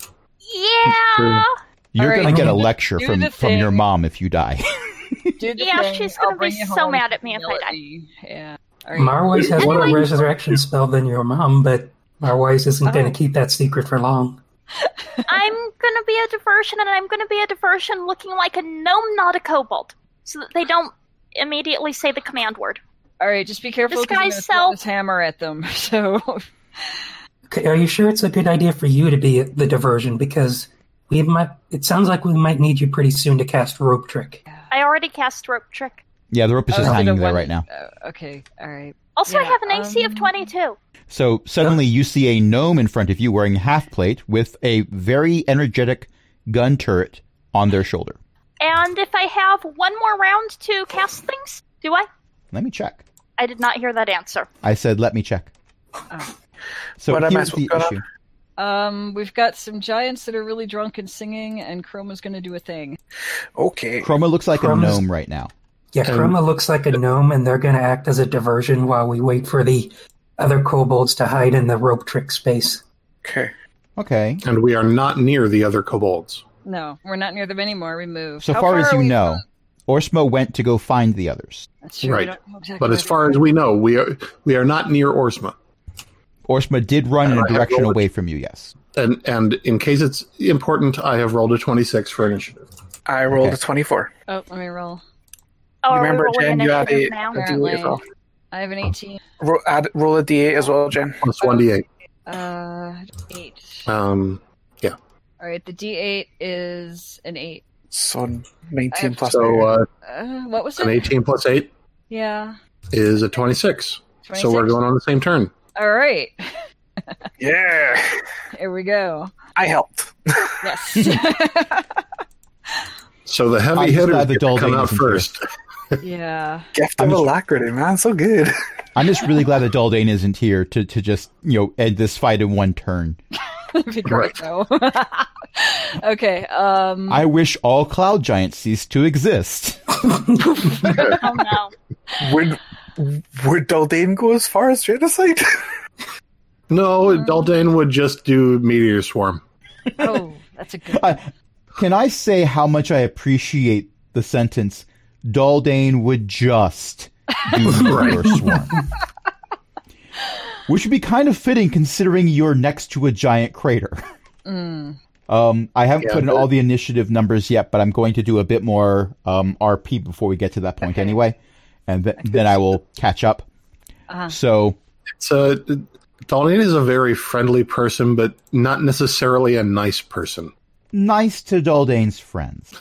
Speaker 3: Yeah,
Speaker 1: You're
Speaker 5: right,
Speaker 1: going to get a
Speaker 5: do the-
Speaker 1: lecture
Speaker 5: do
Speaker 1: from,
Speaker 5: the
Speaker 1: from your
Speaker 5: thing.
Speaker 1: mom if you die.
Speaker 5: Do the
Speaker 3: Yeah,
Speaker 5: thing,
Speaker 3: she's
Speaker 5: I'll
Speaker 3: gonna be
Speaker 5: bring you
Speaker 3: so
Speaker 5: home,
Speaker 3: mad at me if
Speaker 5: yell
Speaker 3: I
Speaker 5: at
Speaker 3: die.
Speaker 5: me. Yeah. All right.
Speaker 4: Marwise has more
Speaker 3: Anyway.
Speaker 4: resurrection spell than your mom, but Marwise isn't going
Speaker 5: Oh.
Speaker 4: to keep that secret for long.
Speaker 3: I'm going to be a diversion, and I'm going to be a diversion looking like a gnome, not a kobold, so that they don't immediately say the command word.
Speaker 5: All right. Just be careful.
Speaker 3: This
Speaker 5: 'cause I'm
Speaker 3: guy's
Speaker 5: gonna throw
Speaker 3: self-
Speaker 5: this hammer at them. So
Speaker 4: Okay, are you sure it's a good idea for you to be the diversion? Because we might. It sounds like we might need you pretty soon to cast rope trick.
Speaker 3: I already cast rope trick.
Speaker 1: yeah, the rope is
Speaker 5: Oh,
Speaker 1: just
Speaker 5: so the
Speaker 1: hanging there
Speaker 5: one-
Speaker 1: right now.
Speaker 5: uh, okay. All right.
Speaker 3: Also, I
Speaker 5: Yeah,
Speaker 3: have an AC of
Speaker 5: um,
Speaker 3: 22.
Speaker 1: So suddenly you see a gnome in front of you wearing a half plate with a very energetic gun turret on their shoulder.
Speaker 3: And if I have one more round to cast things, do I?
Speaker 1: Let me check.
Speaker 3: I did not hear that answer.
Speaker 1: I said, let me check.
Speaker 5: Oh.
Speaker 1: So
Speaker 6: What am I
Speaker 1: here's the
Speaker 6: supposed to-
Speaker 1: issue.
Speaker 5: Um, we've got some giants that are really drunk and singing, and Chroma's gonna do a thing.
Speaker 6: okay.
Speaker 1: Chroma looks like
Speaker 4: Chroma's-
Speaker 1: a gnome right now.
Speaker 4: Yeah, Chroma looks like a gnome, and they're going to act as a diversion while we wait for the other kobolds to hide in the rope trick space.
Speaker 6: Okay.
Speaker 1: Okay.
Speaker 2: And we are not near the other kobolds.
Speaker 5: No, we're not near them anymore. We moved.
Speaker 1: So
Speaker 5: How
Speaker 1: far as
Speaker 5: are
Speaker 1: you
Speaker 5: we
Speaker 1: know,
Speaker 5: from-
Speaker 1: Orsmo went to go find the others.
Speaker 5: That's true. we
Speaker 2: Right.
Speaker 5: don't know exactly
Speaker 2: But as
Speaker 5: where
Speaker 2: far
Speaker 5: they
Speaker 2: as
Speaker 5: are.
Speaker 2: we know, we are we are not near Orsma.
Speaker 1: Orsma did run in
Speaker 2: And
Speaker 1: a
Speaker 2: I have
Speaker 1: direction
Speaker 2: rolled-
Speaker 1: away from you, yes.
Speaker 2: And and in case it's important, I have rolled a twenty-six for initiative.
Speaker 6: I rolled
Speaker 1: Okay.
Speaker 6: a 24.
Speaker 5: Oh, let me roll.
Speaker 3: Oh, are we
Speaker 6: Remember,
Speaker 3: rolling
Speaker 6: Jen, you had
Speaker 3: initiative
Speaker 6: a,
Speaker 3: now?
Speaker 6: a D8 as well.
Speaker 5: I have an
Speaker 2: Oh.
Speaker 5: 18.
Speaker 6: Roll, add, roll a D8 as well, Jen.
Speaker 2: Plus one d8.
Speaker 5: Uh, eight.
Speaker 2: Um,
Speaker 5: All right, the D8 is an eight.
Speaker 6: So
Speaker 5: I have-
Speaker 6: 19 plus
Speaker 2: so
Speaker 6: eight.
Speaker 2: uh,
Speaker 5: Uh, what was
Speaker 2: an
Speaker 5: it?
Speaker 2: eighteen plus eight
Speaker 5: Yeah.
Speaker 2: is a twenty-six.
Speaker 5: 26?
Speaker 2: So we're going on the same turn.
Speaker 5: All right.
Speaker 6: Yeah.
Speaker 5: Here we go.
Speaker 6: I helped.
Speaker 5: Yes.
Speaker 2: So the heavy
Speaker 1: I'm
Speaker 2: hitters
Speaker 1: glad the
Speaker 2: get to
Speaker 1: Dole
Speaker 2: come
Speaker 1: Dane
Speaker 2: out
Speaker 1: isn't
Speaker 2: first.
Speaker 5: Yeah.
Speaker 6: Gift of
Speaker 1: I'm-
Speaker 6: alacrity, man. So good.
Speaker 1: I'm just really glad that Daldane isn't here to, to just, you know, end this fight in one turn.
Speaker 5: That'd be great, though. okay. Um,
Speaker 1: I wish all cloud giants ceased to exist.
Speaker 3: Oh no.
Speaker 6: Would would Daldane go as far as genocide?
Speaker 2: No, Daldane would just do meteor swarm.
Speaker 5: oh, that's a good
Speaker 1: I, can I say how much I appreciate the sentence, Daldane would just do your swarm? Which would be kind of fitting considering you're next to a giant crater.
Speaker 5: Mm.
Speaker 1: Um, I haven't
Speaker 2: Yeah,
Speaker 1: put in
Speaker 2: but-
Speaker 1: all the initiative numbers yet, but I'm going to do a bit more um, RP before we get to that point
Speaker 5: Okay.
Speaker 1: anyway, and th- then I will catch up.
Speaker 5: Uh-huh.
Speaker 1: So
Speaker 2: So Daldane is a very friendly person, but not necessarily a nice person.
Speaker 1: nice to Daldane's friends.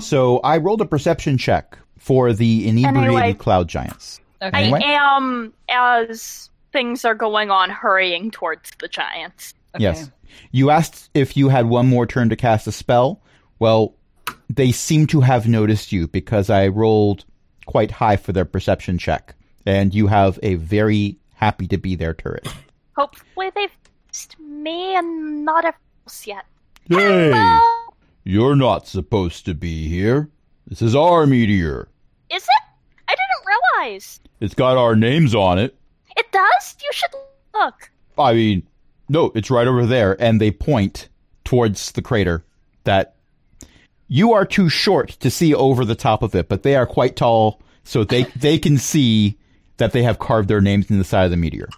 Speaker 1: so I rolled a perception check for the inebriated
Speaker 3: Anyway.
Speaker 1: cloud giants.
Speaker 5: Okay.
Speaker 3: I
Speaker 1: Anyway.
Speaker 3: am as things are going on hurrying towards the giants.
Speaker 5: okay.
Speaker 1: Yes. You asked if you had one more turn to cast a spell. Well, they seem to have noticed you because I rolled quite high for their perception check, and you have a very happy to be there turret.
Speaker 3: Hopefully they've missed me and not everyone else yet.
Speaker 1: Yay!
Speaker 3: Oh,
Speaker 1: You're not supposed to be here. This is our meteor.
Speaker 3: is it? I didn't realize.
Speaker 1: It's got our names on it.
Speaker 3: It does? You should look.
Speaker 1: I mean, no, it's right over there. And they point towards the crater that you are too short to see over the top of it, but they are quite tall, so they, they can see that they have carved their names in the side of the meteor.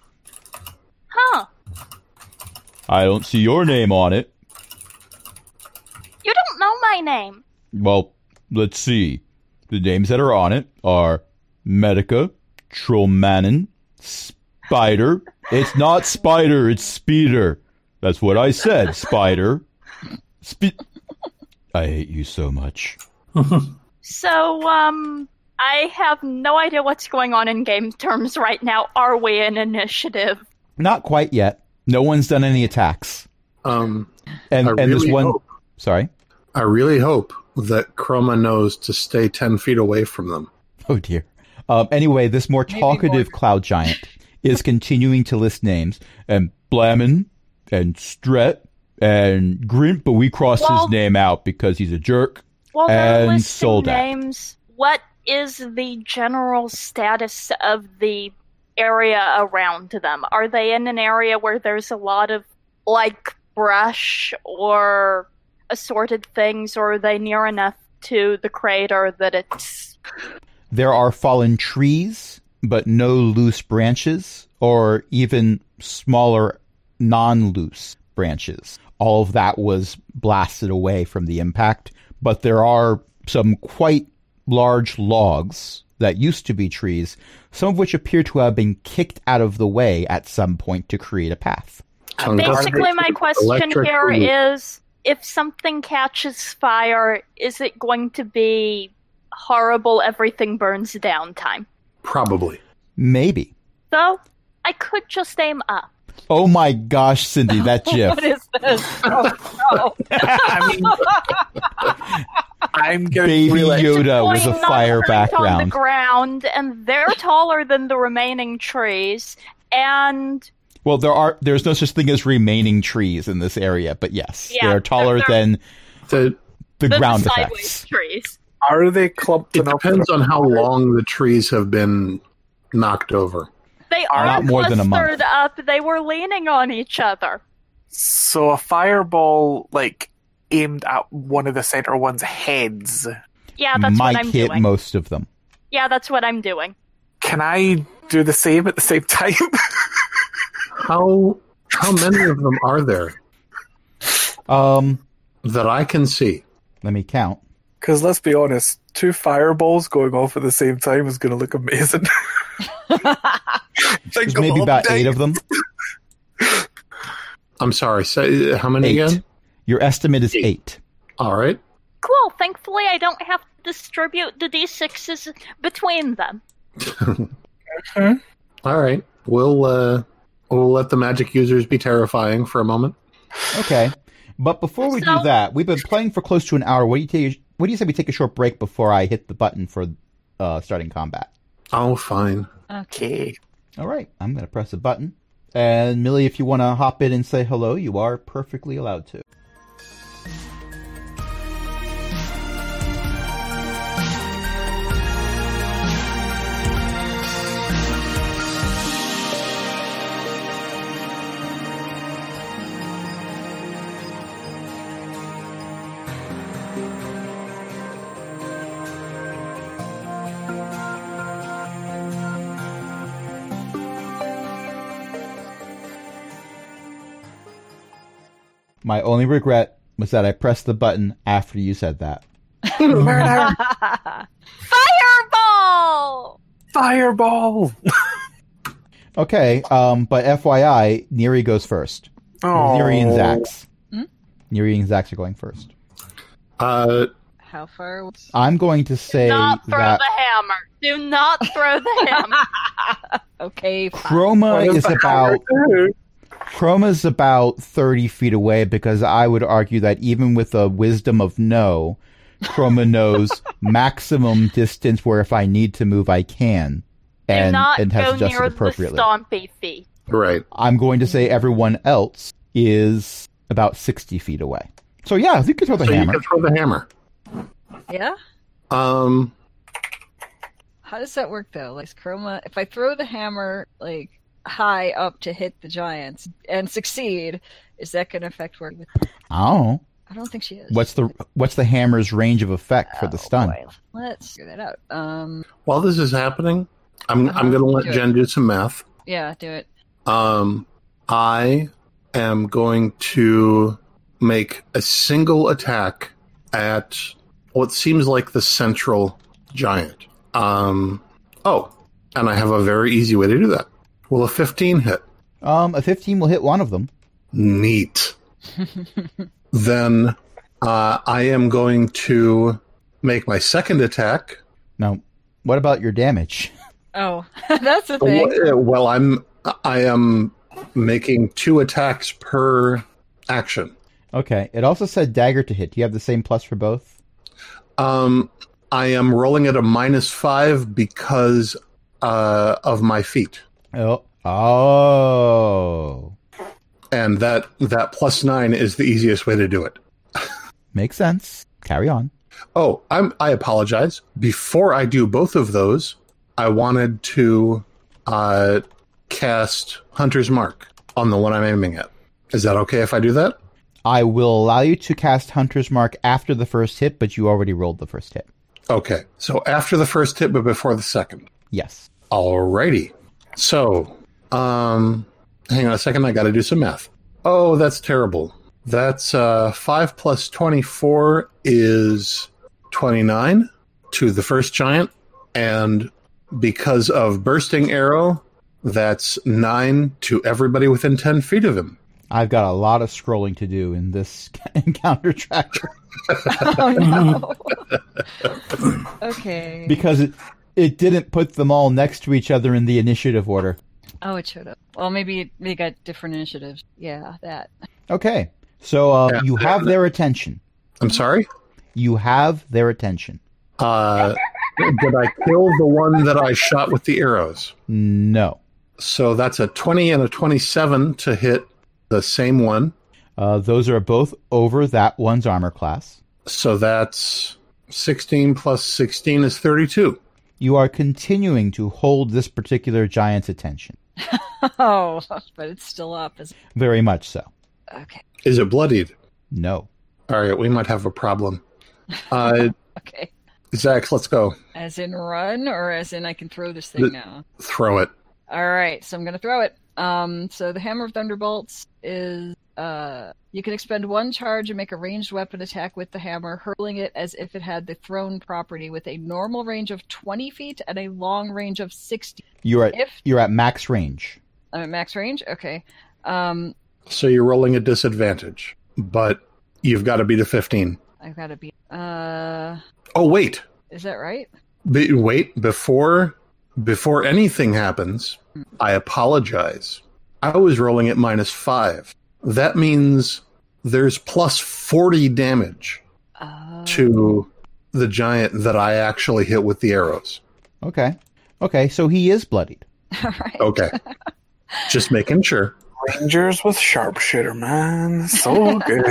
Speaker 3: Huh.
Speaker 1: I don't see your name on it.
Speaker 3: You don't know my name.
Speaker 1: Well, let's see. The names that are on it are Medica, Trollmanin, Spider. It's not Spider, it's Speeder. That's what I said, Spider. Spe- I hate you so much.
Speaker 3: So, um, I have no idea what's going on in game terms right now. Are we in initiative?
Speaker 1: Not quite yet. No one's done any attacks.
Speaker 2: Um,
Speaker 1: And
Speaker 2: I
Speaker 1: and this
Speaker 2: really
Speaker 1: one
Speaker 2: hope-
Speaker 1: sorry.
Speaker 2: I really hope that Chroma knows to stay 10 feet away from them.
Speaker 1: Oh dear. Um, anyway, this more
Speaker 5: Maybe
Speaker 1: talkative
Speaker 5: more-
Speaker 1: cloud giant is continuing to list names and Blamin and Stret and Grimp, but we crossed
Speaker 3: Well-
Speaker 1: his name out because he's a jerk.
Speaker 3: Well, they're
Speaker 1: And
Speaker 3: listing
Speaker 1: Soldat.
Speaker 3: names. What is the general status of the area around them? Are they in an area where there's a lot of like brush or assorted things, or are they near enough to the crater that it's
Speaker 1: There are fallen trees, but no loose branches or even smaller non loose branches. All of that was blasted away from the impact, but there are some quite large logs that used to be trees, some of which appear to have been kicked out of the way at some point to create a path.
Speaker 2: Tongue
Speaker 3: basically my question
Speaker 2: Electric
Speaker 3: here
Speaker 2: loop.
Speaker 3: is if something catches fire, is it going to be horrible everything burns down time?
Speaker 2: Probably.
Speaker 1: Maybe.
Speaker 3: Though I could just aim up.
Speaker 1: Oh my gosh, Cindy, that
Speaker 5: What
Speaker 1: gif.
Speaker 5: is this? Oh, no.
Speaker 6: I mean, I'm going
Speaker 1: Baby
Speaker 6: to
Speaker 1: Yoda
Speaker 3: Going
Speaker 1: was uh, a
Speaker 3: on
Speaker 1: fire
Speaker 3: right on the
Speaker 1: background.
Speaker 3: ground, and they're taller than the remaining trees. And
Speaker 1: Well, there are there's no such thing as remaining trees in this area, but yes,
Speaker 3: Yeah,
Speaker 1: they are taller
Speaker 3: they're-
Speaker 1: than
Speaker 2: The,
Speaker 1: the
Speaker 3: the
Speaker 1: ground
Speaker 3: sideways
Speaker 1: effects.
Speaker 3: trees.
Speaker 6: Are they clumped
Speaker 2: it
Speaker 6: enough?
Speaker 2: depends on how long the trees have been knocked over.
Speaker 3: They are
Speaker 1: Not more than a month.
Speaker 3: clustered up. They were leaning on each other.
Speaker 6: So a fireball, like aimed at one of the center one's heads,
Speaker 3: Yeah, that's what
Speaker 1: Might
Speaker 3: I'm
Speaker 1: hit
Speaker 3: doing.
Speaker 1: most of them.
Speaker 3: yeah, that's what I'm doing.
Speaker 6: can I do the same at the same time?
Speaker 2: How how many of them are there
Speaker 1: Um,
Speaker 2: that I can see?
Speaker 1: let me count.
Speaker 6: Because let's be honest, two fireballs going off at the same time is going to look amazing. Think
Speaker 1: There's
Speaker 6: of
Speaker 1: maybe
Speaker 6: all
Speaker 1: about
Speaker 6: the
Speaker 1: eight of them.
Speaker 2: I'm sorry. Say how many
Speaker 1: Eight.
Speaker 2: again?
Speaker 1: Your estimate is eight.
Speaker 2: All right.
Speaker 3: Cool. Thankfully, I don't have to distribute the d6s between them.
Speaker 2: All right. We'll uh we'll let the magic users be terrifying for a moment.
Speaker 1: Okay, but before we do
Speaker 3: So-
Speaker 1: that, we've been playing for close to an hour. What do you ta- What do you say we take a short break before I hit the button for uh, starting combat?
Speaker 2: Oh, fine.
Speaker 6: Okay.
Speaker 1: All right, I'm going to press the button. And Millie, if you want to hop in and say hello, you are perfectly allowed to. My only regret was that I pressed the button after you said that.
Speaker 6: Murder!
Speaker 3: Fireball!
Speaker 6: Fireball!
Speaker 1: Okay, um, but FYI, Neri goes first.
Speaker 6: Oh.
Speaker 1: Neri and Zax.
Speaker 5: Hmm?
Speaker 1: Neri and Zax are going first.
Speaker 2: Uh,
Speaker 5: How far? was-
Speaker 1: I'm going to say
Speaker 3: Not throw
Speaker 1: that
Speaker 3: the hammer. Do not throw the hammer.
Speaker 5: okay, fine.
Speaker 1: Chroma
Speaker 6: What
Speaker 1: is
Speaker 6: the
Speaker 1: about
Speaker 6: hammer?
Speaker 1: Chroma's about 30 feet away because I would argue that even with the wisdom of no, Chroma knows maximum distance where if I need to move, I can.
Speaker 3: Do
Speaker 1: And,
Speaker 3: not
Speaker 1: and has
Speaker 3: go
Speaker 1: adjusted
Speaker 3: near the
Speaker 1: appropriately.
Speaker 3: stompy feet.
Speaker 2: right.
Speaker 1: I'm going to say everyone else is about 60 feet away. So yeah, you could throw the
Speaker 2: so
Speaker 1: hammer.
Speaker 2: you can throw the hammer.
Speaker 5: Yeah.
Speaker 2: Um,
Speaker 5: How does that work though? Like chroma, if I throw the hammer like high up to hit the giants and succeed, is that going to affect work? With...
Speaker 1: Oh,
Speaker 5: I don't think she is.
Speaker 1: what's the what's the hammer's range of effect for the
Speaker 5: Oh,
Speaker 1: stun?
Speaker 5: boy. Let's figure that out. Um,
Speaker 2: while this is happening, I'm
Speaker 5: Uh-huh.
Speaker 2: I'm going to let
Speaker 5: Do it.
Speaker 2: Jen do some math.
Speaker 5: yeah, do it.
Speaker 2: Um, I am going to make a single attack at what seems like the central giant. Um, oh, and I have a very easy way to do that. Will a 15 hit?
Speaker 1: Um, a 15 will hit one of them.
Speaker 2: Neat. then uh, I am going to make my second attack.
Speaker 1: Now, what about your damage?
Speaker 5: Oh, that's the thing.
Speaker 2: Wh- uh, Well, I'm I am making two attacks per action.
Speaker 1: Okay, it also said dagger to hit. Do you have the same plus for both?
Speaker 2: Um, I am rolling at a minus five because uh, of my feet,
Speaker 1: Oh, oh,
Speaker 2: and that that plus nine is the easiest way to do it.
Speaker 1: makes sense. Carry on.
Speaker 2: Oh, I'm I apologize. Before I do both of those, I wanted to uh, cast Hunter's Mark on the one I'm aiming at. Is that okay if I do that?
Speaker 1: I will allow you to cast Hunter's Mark after the first hit, but you already rolled the first hit.
Speaker 2: Okay. So after the first hit, but before the second.
Speaker 1: Yes.
Speaker 2: Alrighty. So, um, hang on a second. I got to do some math. Oh, that's terrible. That's uh, 5 plus 24 is 29 to the first giant. And because of Bursting Arrow, that's 9 to everybody within 10 feet of him.
Speaker 1: I've got a lot of scrolling to do in this encounter tracker
Speaker 5: Oh no. okay.
Speaker 1: because it, it didn't put them all next to each other in the initiative order.
Speaker 5: Oh, it showed up. Well, maybe they got different initiatives. Yeah, that.
Speaker 1: Okay. So uh,
Speaker 2: Yeah.
Speaker 1: you have their attention.
Speaker 2: I'm sorry?
Speaker 1: You have their attention.
Speaker 2: Uh, did I kill the one that I shot with the arrows?
Speaker 1: No.
Speaker 2: So that's a 20 and a 27 to hit the same one.
Speaker 1: Uh, those are both over that one's armor class.
Speaker 2: So that's 16 plus 16 is 32.
Speaker 1: You are continuing to hold this particular giant's attention.
Speaker 5: Oh, but it's still up. Is
Speaker 1: Very much so.
Speaker 5: okay.
Speaker 2: Is it bloodied?
Speaker 1: No.
Speaker 2: All right, we might have a problem. Uh,
Speaker 5: Okay.
Speaker 2: Zach, let's go.
Speaker 5: As in run, or as in I can throw this thing
Speaker 2: Th-
Speaker 5: now.
Speaker 2: Throw it.
Speaker 5: All right, so I'm gonna throw it. Um, so the hammer of thunderbolts is uh, you can expend one charge and make a ranged weapon attack with the hammer, hurling it as if it had the thrown property, with a normal range of 20 feet and a long range of 60.
Speaker 1: You're at
Speaker 5: If
Speaker 1: you're at max range.
Speaker 5: I'm at Uh, max range, okay. Um,
Speaker 2: So you're rolling a disadvantage, but you've got to beat a 15.
Speaker 5: I've got to be. Uh,
Speaker 2: Oh, wait.
Speaker 5: is that right?
Speaker 2: Be- wait, before before anything happens, I apologize. I was rolling at minus 5. That means there's plus 40 damage
Speaker 5: Uh,
Speaker 2: to the giant that I actually hit with the arrows.
Speaker 1: Okay. Okay, so he is bloodied.
Speaker 5: All right.
Speaker 2: Okay. Just making sure.
Speaker 6: Rangers with sharpshooter, man. So good.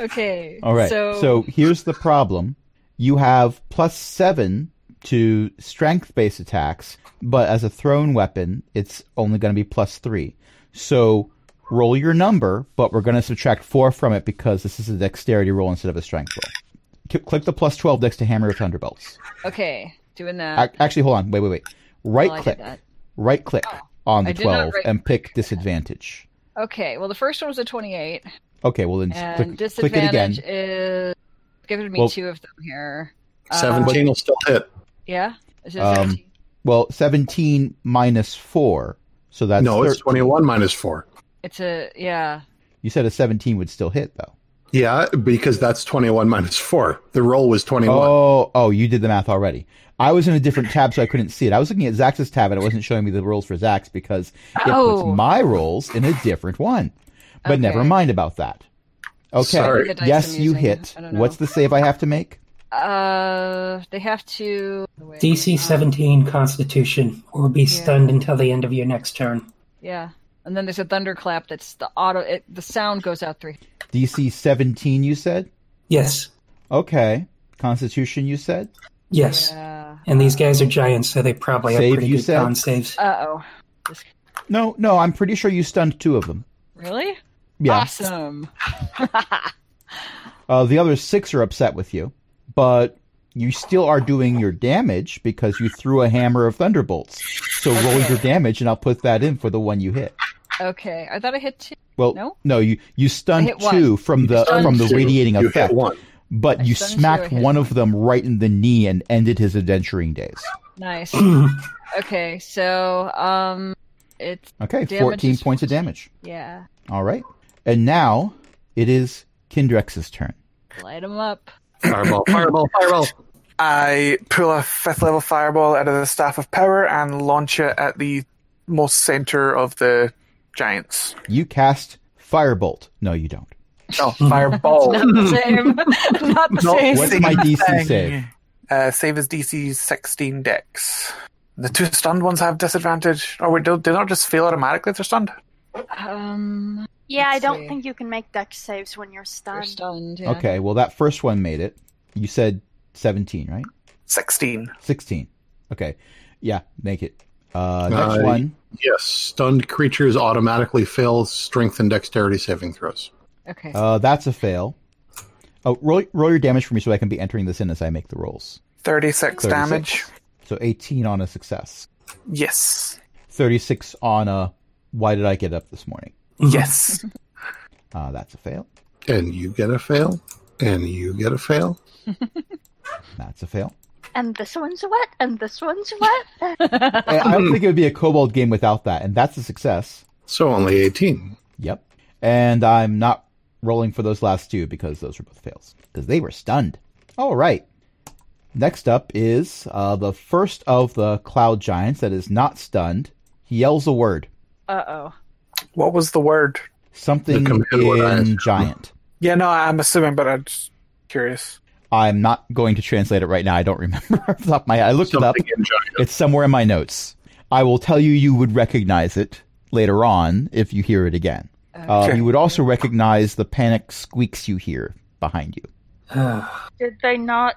Speaker 5: Okay.
Speaker 1: All right.
Speaker 5: So,
Speaker 1: so here's the problem. You have plus 7 to strength based attacks, but as a thrown weapon, it's only going to be plus 3. So roll your number, but we're going to subtract 4 from it because this is a dexterity roll instead of a strength roll. C- click the plus 12 next to hammer or thunderbolts.
Speaker 5: okay, doing that.
Speaker 1: Ac actually, hold on. Wait, wait, wait. Right
Speaker 5: Well, Uh, Oh, I did
Speaker 1: click.
Speaker 5: that. Oh.
Speaker 1: Right click on the
Speaker 5: I did not
Speaker 1: 12
Speaker 5: right-
Speaker 1: and pick disadvantage.
Speaker 5: Okay. Well, the first one was a twenty-eight,
Speaker 1: Okay, well then
Speaker 5: and
Speaker 1: click, click it again.
Speaker 5: disadvantage is giving me
Speaker 1: Well-
Speaker 5: two of them here. Uh,
Speaker 2: 17 will still hit.
Speaker 5: yeah. Is it
Speaker 1: Um,
Speaker 5: 17?
Speaker 1: Well, 17 minus 4. So that's
Speaker 2: no, it's
Speaker 1: 13.
Speaker 2: 21 minus 4.
Speaker 5: It's a yeah.
Speaker 1: You said a 17 would still hit though.
Speaker 2: Yeah, because that's 21 minus 4. The roll was 21.
Speaker 1: Oh, oh, you did the math already. I was in a different tab so I couldn't see it. I was looking at Zax's tab and it wasn't showing me the rolls for Zax because it
Speaker 5: Oh.
Speaker 1: puts my rolls in a different one. But never
Speaker 5: Okay.
Speaker 1: mind about that. Okay.
Speaker 2: Sorry.
Speaker 5: The dice
Speaker 1: Yes,
Speaker 5: I'm
Speaker 1: you
Speaker 5: using.
Speaker 1: hit.
Speaker 5: I don't know.
Speaker 1: What's the save I have to make?
Speaker 5: Uh, they have to wait, uh,
Speaker 4: DC 17 Constitution, or be stunned until the end of your next turn.
Speaker 5: Yeah, and then there's a thunderclap. That's the auto. It, the sound goes out three.
Speaker 1: DC 17 you said?
Speaker 4: Yes,
Speaker 1: Okay. Constitution you said?
Speaker 4: yes.
Speaker 5: Yeah.
Speaker 4: And these guys are giants, so they probably
Speaker 1: Save,
Speaker 4: have pretty
Speaker 1: you
Speaker 4: good
Speaker 1: said?
Speaker 4: con saves.
Speaker 5: Uh oh.
Speaker 1: No, no, I'm pretty sure you stunned two of them.
Speaker 5: Really?
Speaker 1: Yeah.
Speaker 5: Awesome.
Speaker 1: Uh, the other six are upset with you, but you still are doing your damage because you threw a hammer of thunderbolts. So roll
Speaker 5: Okay.
Speaker 1: your damage, and I'll put that in for the one you hit.
Speaker 5: Okay, I thought I hit two.
Speaker 1: Well,
Speaker 5: No?
Speaker 1: you you stunned
Speaker 5: I hit one.
Speaker 1: two from the
Speaker 5: stunned
Speaker 1: from the
Speaker 2: Two,
Speaker 1: radiating
Speaker 2: you
Speaker 1: effect,
Speaker 2: Hit one.
Speaker 1: but
Speaker 5: I
Speaker 1: you
Speaker 5: stunned two, I
Speaker 1: smacked
Speaker 5: hit
Speaker 1: one of them right in the knee and ended his adventuring days.
Speaker 5: Nice. okay, so um, it's
Speaker 1: Okay,
Speaker 5: Damage
Speaker 1: fourteen
Speaker 5: is-
Speaker 1: points of damage.
Speaker 5: yeah,
Speaker 1: All right, and now it is Kindrex's turn.
Speaker 5: light them up.
Speaker 2: Fireball, fireball, fireball.
Speaker 6: I pull a fifth level fireball out of the staff of power and launch it at the most center of the giants.
Speaker 1: You cast firebolt. No, you don't.
Speaker 6: No, fireball.
Speaker 5: Not the same. Not the
Speaker 6: Not
Speaker 5: same.
Speaker 1: What's my DC
Speaker 6: thing.
Speaker 1: save?
Speaker 6: Uh, save is DC 16 dex. The two stunned ones have disadvantage. Or wait, do they not just fail automatically if they're stunned?
Speaker 5: Um,
Speaker 3: Yeah, I
Speaker 5: Let's
Speaker 3: don't
Speaker 5: see.
Speaker 3: think you can make deck saves when you're
Speaker 5: you're
Speaker 3: stunned.
Speaker 5: stunned. Yeah.
Speaker 1: Okay, well that first one made it. You said seventeen, right?
Speaker 6: 16.
Speaker 1: 16. Okay. Yeah, make it. Uh, next
Speaker 2: Uh,
Speaker 1: one.
Speaker 2: Yes, stunned creatures automatically fail strength and dexterity saving throws.
Speaker 5: Okay.
Speaker 1: Uh, that's a fail. Oh, roll, roll your damage for me so I can be entering this in as I make the rolls.
Speaker 6: 36,
Speaker 1: 36.
Speaker 6: damage.
Speaker 1: So 18 on a success.
Speaker 6: Yes.
Speaker 1: 36 on a. Why did I get up this morning?
Speaker 6: Yes.
Speaker 1: Uh, that's a fail.
Speaker 2: And you get a fail, and you get a fail.
Speaker 1: That's a fail.
Speaker 3: And this one's wet, and this one's wet.
Speaker 1: And I don't think it would be a kobold game without that, and that's a success.
Speaker 2: So only 18.
Speaker 1: Yep. And I'm not rolling for those last two because those were both fails. Because they were stunned. All right. Next up is uh, the first of the cloud giants that is not stunned. He yells a word.
Speaker 5: Uh oh.
Speaker 6: what was the word?
Speaker 1: Something
Speaker 2: The command word I
Speaker 1: in
Speaker 2: asked.
Speaker 1: giant.
Speaker 6: Yeah, no, I'm assuming, but I'm just curious.
Speaker 1: I'm not going to translate it right now. I don't remember off the top of my head. I looked it up.
Speaker 2: Something in giant.
Speaker 1: It's somewhere in my notes. I will tell you you would recognize it later on if you hear it again. Uh,
Speaker 6: Okay.
Speaker 1: You would also recognize the panic squeaks you hear behind you.
Speaker 3: Did they not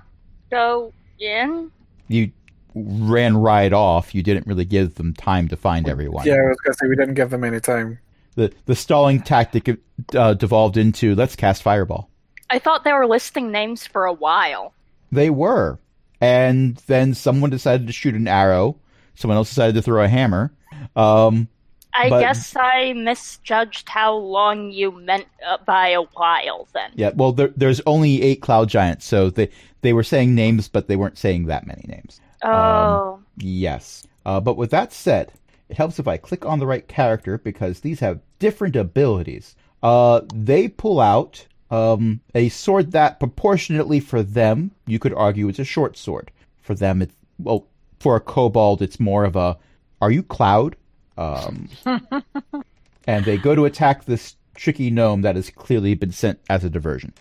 Speaker 3: go in?
Speaker 1: you ran right off. You didn't really give them time to find everyone.
Speaker 6: Yeah, I was going to say we didn't give them any time.
Speaker 1: The the stalling tactic uh, devolved into let's cast fireball.
Speaker 3: I thought they were listing names for a while.
Speaker 1: They were, and then someone decided to shoot an arrow. Someone else decided to throw a hammer. Um,
Speaker 3: I
Speaker 1: But-
Speaker 3: guess I misjudged how long you meant uh, by a while then.
Speaker 1: yeah. Well, there, there's only eight cloud giants, so they they were saying names, but they weren't saying that many names. um,
Speaker 3: Oh.
Speaker 1: Yes. Uh, but with that said, it helps if I click on the right character because these have different abilities. Uh, they pull out um, a sword that, proportionately for them, you could argue it's a short sword. For them, it's well, for a kobold, it's more of a "Are you Cloud?" Um, and they go to attack this tricky gnome that has clearly been sent as a diversion.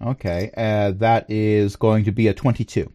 Speaker 1: Okay, uh, that is going to be a 22.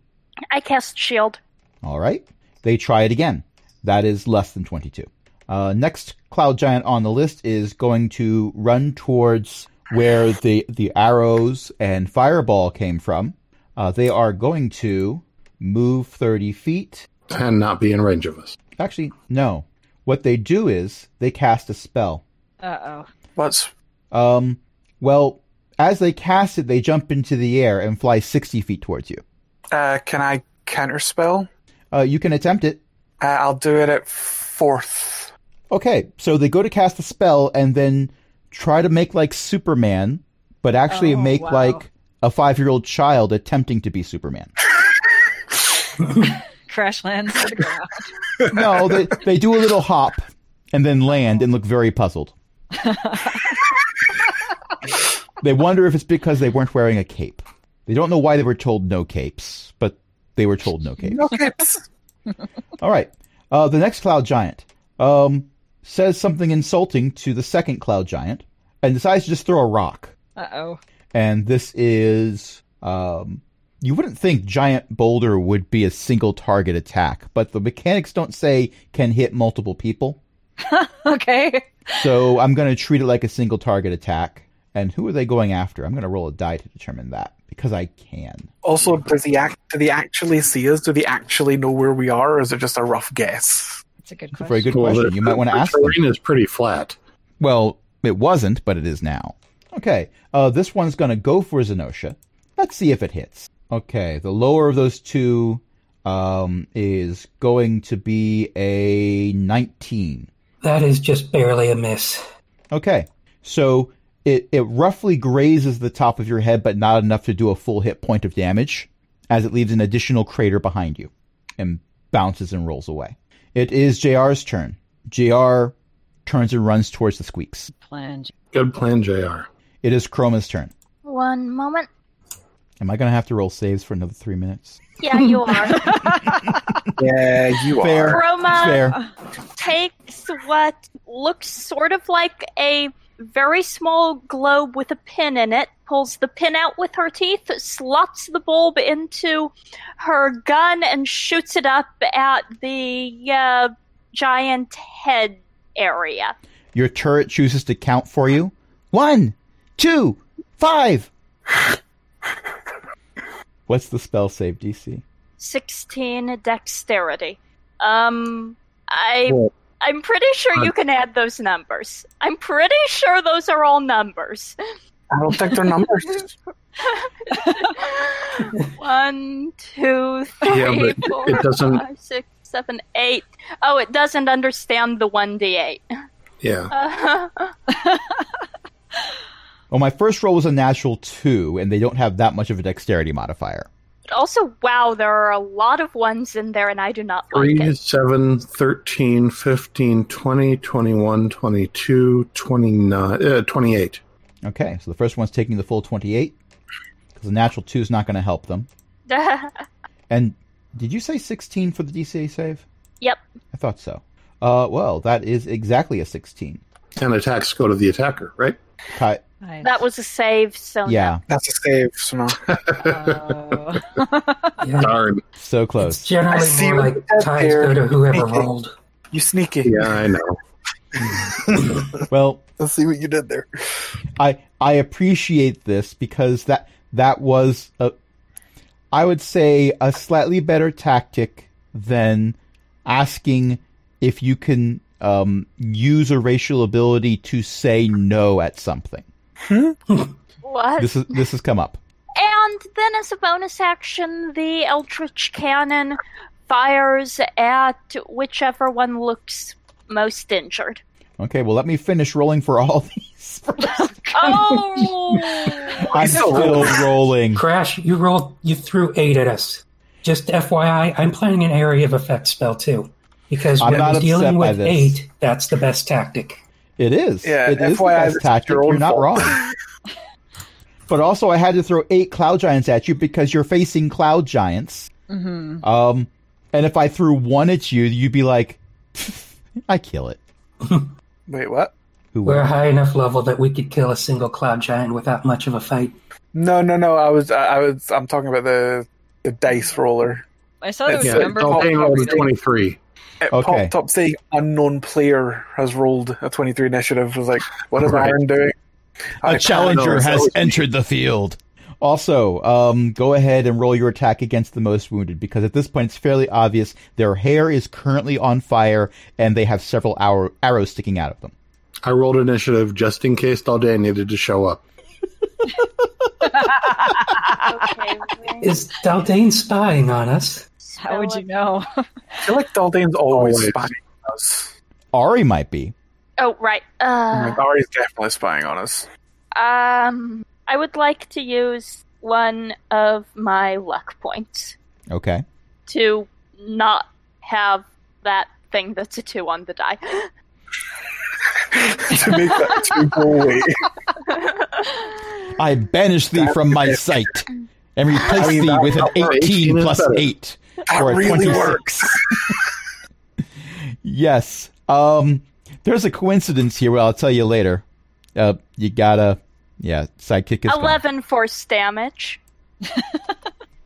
Speaker 3: I cast shield.
Speaker 1: All right. They try it again. That is less than 22. Uh, next cloud giant on the list is going to run towards where the, the arrows and fireball came from. Uh, they are going to move 30 feet.
Speaker 2: and not be in range of us.
Speaker 1: Actually, no. What they do is they cast a spell.
Speaker 5: Uh oh.
Speaker 6: What's
Speaker 1: Um, well, as they cast it, they jump into the air and fly 60 feet towards you.
Speaker 6: uh, can I counterspell?
Speaker 1: Uh, you can attempt it.
Speaker 6: Uh, I'll do it at fourth.
Speaker 1: Okay, so they go to cast a spell and then try to make like Superman, but actually
Speaker 5: Oh,
Speaker 1: make
Speaker 5: wow.
Speaker 1: like a five year old child attempting to be Superman.
Speaker 5: Crash lands to the ground.
Speaker 1: no, they, they do a little hop and then land and look very puzzled. they wonder if it's because they weren't wearing a cape. They don't know why they were told no capes, but they were told no capes.
Speaker 6: Okay.
Speaker 1: All right. Uh, the next cloud giant um, says something insulting to the second cloud giant and decides to just throw a rock.
Speaker 5: Uh oh.
Speaker 1: and this is um, you wouldn't think giant boulder would be a single target attack but the mechanics don't say can hit multiple people
Speaker 5: Okay.
Speaker 1: so i'm going to treat it like a single target attack and who are they going after i'm going to roll a die to determine that because i can
Speaker 6: also, does he act? Do they actually see us? Do they actually know where we are, or is it just a rough guess?
Speaker 5: That's a good
Speaker 1: It's a
Speaker 5: question.
Speaker 1: very good
Speaker 2: Well,
Speaker 1: question
Speaker 2: the-
Speaker 1: you might want to
Speaker 2: the
Speaker 1: ask them
Speaker 2: terrain is pretty flat.
Speaker 1: well it wasn't but it is now okay uh, this one's going to go for zenosha let's see if it hits okay the lower of those two um, is going to be a 19
Speaker 4: That is just barely a miss.
Speaker 1: Okay. So it, it roughly grazes the top of your head, but not enough to do a full hit point of damage, as it leaves an additional crater behind you and bounces and rolls away. It is JR's turn. JR turns and runs towards the squeaks.
Speaker 5: plan.
Speaker 2: Good plan, JR.
Speaker 1: It is Chroma's turn.
Speaker 3: One moment.
Speaker 1: Am I going to have to roll saves for another three minutes?
Speaker 3: Yeah, you are.
Speaker 6: Yeah, you
Speaker 1: Fair.
Speaker 3: Chroma
Speaker 1: Fair.
Speaker 3: takes what looks sort of like a very small globe with a pin in it, pulls the pin out with her teeth, slots the bulb into her gun, and shoots it up at the uh, giant head area.
Speaker 1: Your turret chooses to count for you. One, two, five. What's the spell save, DC?
Speaker 3: 16 dexterity. Um, I.
Speaker 2: Well-
Speaker 3: I'm pretty sure you can add those numbers. I'm pretty sure those are all numbers.
Speaker 6: I don't think they're numbers.
Speaker 3: One, two,
Speaker 2: Yeah,
Speaker 3: three,
Speaker 2: but
Speaker 3: four,
Speaker 2: it doesn't-
Speaker 3: five, six, seven, eight. Oh, it doesn't understand the 1d8.
Speaker 2: Yeah.
Speaker 1: Well, my first roll was a natural two, and they don't have that much of a dexterity modifier.
Speaker 3: also, wow, there are a lot of ones in there, and I do not like
Speaker 2: 3,
Speaker 3: it.
Speaker 2: 7, 13, 15, 20, 21, 22, 29, uh, 28.
Speaker 1: Okay, so the first one's taking the full 28, because the natural two is not going to help them. And did you say 16 for the DCA save?
Speaker 3: yep.
Speaker 1: I thought so. Uh, well, that is exactly a 16.
Speaker 2: And attacks go to the attacker, right?
Speaker 1: Ki-
Speaker 5: Nice.
Speaker 3: That was a save, so no.
Speaker 1: yeah,
Speaker 6: That's a save, so no.
Speaker 5: Oh.
Speaker 4: Yeah.
Speaker 2: Darn.
Speaker 1: so
Speaker 4: It's
Speaker 1: close.
Speaker 4: generally
Speaker 6: I see
Speaker 4: more
Speaker 6: what
Speaker 4: like
Speaker 6: you did
Speaker 4: ties
Speaker 6: there.
Speaker 4: go to whoever
Speaker 6: Okay.
Speaker 4: rolled.
Speaker 6: You sneaky.
Speaker 2: Yeah, I know.
Speaker 1: Well,
Speaker 6: Let's see what you did there.
Speaker 1: I I appreciate this because that that was a I would say a slightly better tactic than asking if you can um, use a racial ability to say no at something.
Speaker 3: What?
Speaker 1: This is this has come up.
Speaker 3: And then, as a bonus action, the Eldritch Cannon fires at whichever one looks most injured.
Speaker 1: Okay, well let me finish rolling for all these.
Speaker 3: Oh!
Speaker 1: I'm
Speaker 6: still
Speaker 1: still rolling.
Speaker 4: Crash, you rolled. You threw eight at us. Just FYI, I'm playing an area of effect spell too, because
Speaker 1: I'm
Speaker 4: when
Speaker 1: not
Speaker 4: we're dealing
Speaker 1: upset by
Speaker 4: with
Speaker 1: this.
Speaker 4: eight, that's the best tactic.
Speaker 1: It is.
Speaker 6: Yeah,
Speaker 1: it is the
Speaker 6: FYI, this
Speaker 1: best
Speaker 6: is
Speaker 1: tactic.
Speaker 6: your
Speaker 1: You're
Speaker 6: own
Speaker 1: not
Speaker 6: fault.
Speaker 1: wrong. but also, I had to throw eight cloud giants at you because you're facing cloud giants. Mm-hmm. Um, and if I threw one at you, you'd be like, "I kill it."
Speaker 6: Wait, what?
Speaker 1: Who
Speaker 4: We're high enough level that we could kill a single cloud giant without much of a fight.
Speaker 6: No, no, no. I was, I, I was, I'm talking about the the dice roller.
Speaker 5: I saw there was
Speaker 6: Yeah,
Speaker 5: a number
Speaker 6: don't
Speaker 5: called
Speaker 6: hang
Speaker 2: Dolphin
Speaker 6: on
Speaker 5: Top
Speaker 2: rolled a 23.
Speaker 5: Secret.
Speaker 6: It
Speaker 1: Okay.
Speaker 6: popped up saying unknown player has rolled a 23 initiative. I was like, what is
Speaker 2: Right.
Speaker 6: Aaron doing? I
Speaker 1: A
Speaker 6: can't know.
Speaker 1: challenger
Speaker 6: It's
Speaker 1: has
Speaker 6: always-
Speaker 1: entered the field. Also, um, go ahead and roll your attack against the most wounded because at this point it's fairly obvious their hair is currently on fire and they have several arrow- arrows sticking out of them.
Speaker 2: I rolled initiative just in case Daldane needed to show up.
Speaker 3: Okay.
Speaker 4: Is Daldane spying on us?
Speaker 5: How would you know?
Speaker 6: I feel like Daldane's always,
Speaker 2: Always.
Speaker 6: spying on us.
Speaker 1: Ari might be.
Speaker 3: Oh right. Uh,
Speaker 6: Like, Ari's definitely spying on us.
Speaker 3: um, I would like to use one of my luck points
Speaker 1: Okay.
Speaker 3: to not have that thing that's a two on the die.
Speaker 6: to make that two go away.
Speaker 1: I banish thee from my sight and replace
Speaker 2: I mean,
Speaker 1: thee
Speaker 2: that-
Speaker 1: with an
Speaker 2: that number
Speaker 1: 18
Speaker 2: 18 is
Speaker 1: plus
Speaker 2: better.
Speaker 1: 8
Speaker 6: That
Speaker 1: or a
Speaker 6: really
Speaker 1: 26.
Speaker 6: works.
Speaker 1: Yes. Um, there's a coincidence here. Well, I'll tell you later. Uh, you gotta, yeah, sidekick is gone.
Speaker 3: Eleven force damage.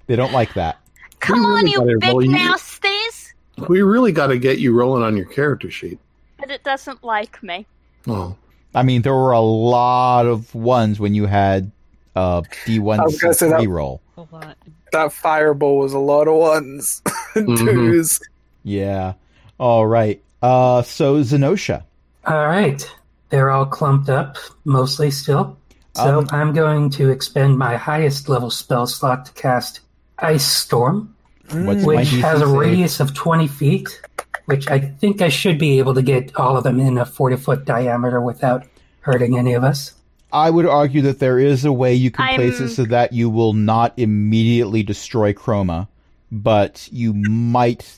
Speaker 1: They don't like that.
Speaker 3: Come
Speaker 2: really
Speaker 3: on, you
Speaker 2: gotta roll
Speaker 3: big
Speaker 2: you-
Speaker 3: nasties!
Speaker 2: We really got to get you rolling on your character sheet.
Speaker 3: But it doesn't like me.
Speaker 2: Oh,
Speaker 1: I mean, there were a lot of ones when you had uh, D1
Speaker 6: I was gonna say that-
Speaker 1: reroll.
Speaker 5: A lot.
Speaker 6: That fireball was a lot of ones and
Speaker 2: Mhm.
Speaker 6: 2s
Speaker 1: Yeah. All right. Uh, so, Zenosha.
Speaker 4: All right. They're all clumped up, mostly still. So
Speaker 1: Um,
Speaker 4: I'm going to expend my highest level spell slot to cast Ice Storm,
Speaker 6: Mm.
Speaker 1: What's my
Speaker 4: which
Speaker 1: DC
Speaker 4: has a
Speaker 1: save?
Speaker 4: radius of 20 feet, which I think I should be able to get all of them in a 40 foot diameter without hurting any of us.
Speaker 1: I would argue that there is a way you can place it
Speaker 3: I'm-
Speaker 1: so that you will not immediately destroy Chroma, but you might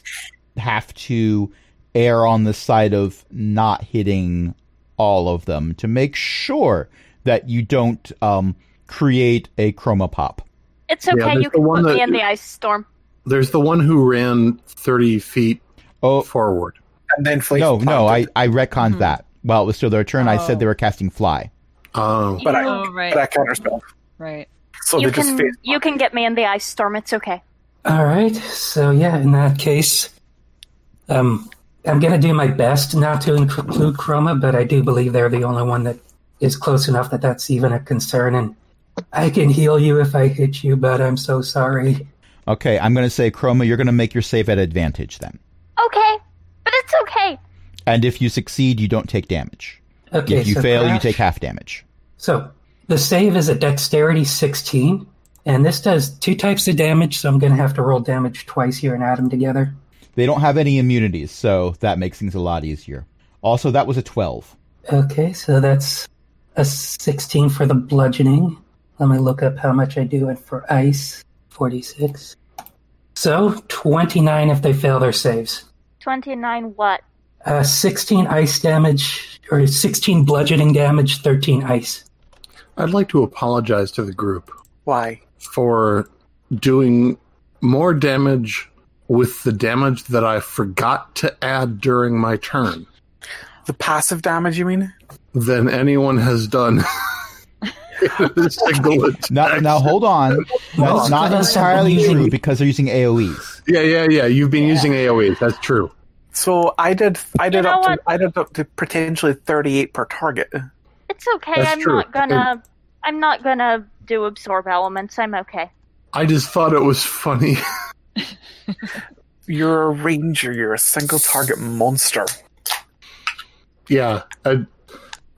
Speaker 1: have to err on the side of not hitting all of them to make sure that you don't um, create a Chroma pop.
Speaker 3: It's
Speaker 2: Yeah,
Speaker 3: okay.
Speaker 2: there's
Speaker 3: you
Speaker 2: the
Speaker 3: can
Speaker 2: one
Speaker 3: put me
Speaker 2: that-
Speaker 3: in the ice storm.
Speaker 2: there's the one who ran 30 feet
Speaker 1: Oh,
Speaker 2: forward.
Speaker 6: and then flames.
Speaker 1: no, no, I,
Speaker 6: planted.
Speaker 1: I retconned
Speaker 5: Mhm.
Speaker 1: that. Well, it was still their turn. I said
Speaker 5: Oh.
Speaker 1: they were casting fly.
Speaker 2: Oh,
Speaker 6: But I-
Speaker 5: oh, right,
Speaker 6: but I counterspelled.
Speaker 5: right.
Speaker 6: So
Speaker 3: you
Speaker 6: they just
Speaker 3: can
Speaker 6: face
Speaker 3: you can get me in the ice storm. It's okay.
Speaker 4: All right. So yeah, in that case, um, I'm gonna do my best not to include Chroma, but I do believe they're the only one that is close enough that that's even a concern. And I can heal you if I hit you, but I'm so sorry.
Speaker 1: Okay, I'm going to say, Chroma, you're going to make your save at advantage then.
Speaker 3: Okay, but it's okay.
Speaker 1: And if you succeed, you don't take damage.
Speaker 4: Okay.
Speaker 1: if you
Speaker 4: so
Speaker 1: fail, you
Speaker 4: crash-
Speaker 1: take half damage.
Speaker 4: So the save is a dexterity 16, and this does two types of damage. So I'm gonna have to roll damage twice here and add them together.
Speaker 1: They don't have any immunities, so that makes things a lot easier. Also, that was a 12.
Speaker 4: Okay, so that's a 16 for the bludgeoning. Let me look up how much I do it for ice. 46. So, 29 if they fail their saves.
Speaker 3: Twenty nine. What?
Speaker 4: Uh, 16 ice damage, or 16 bludgeoning damage, 13 ice.
Speaker 2: I'd like to apologize to the group
Speaker 6: why.
Speaker 2: for doing more damage with the damage that I forgot to add during my turn
Speaker 6: The passive damage, you mean?
Speaker 2: than anyone has done. in a single
Speaker 1: Now,
Speaker 2: attack.
Speaker 1: now hold on. That's
Speaker 4: Most
Speaker 1: not
Speaker 4: of us have
Speaker 1: entirely
Speaker 4: been using-
Speaker 1: true because they're using AoEs.
Speaker 2: Yeah, yeah, yeah. You've been using AoEs. That's true.
Speaker 6: So I did. I did
Speaker 3: know
Speaker 6: up to.
Speaker 3: what?
Speaker 6: I did up to potentially thirty-eight per target.
Speaker 3: It's okay.
Speaker 2: That's
Speaker 3: I'm
Speaker 2: true.
Speaker 3: not gonna. I'm not gonna do absorb elements. I'm okay.
Speaker 2: I just thought it was funny.
Speaker 6: You're a ranger. You're a single target monster.
Speaker 2: yeah, I,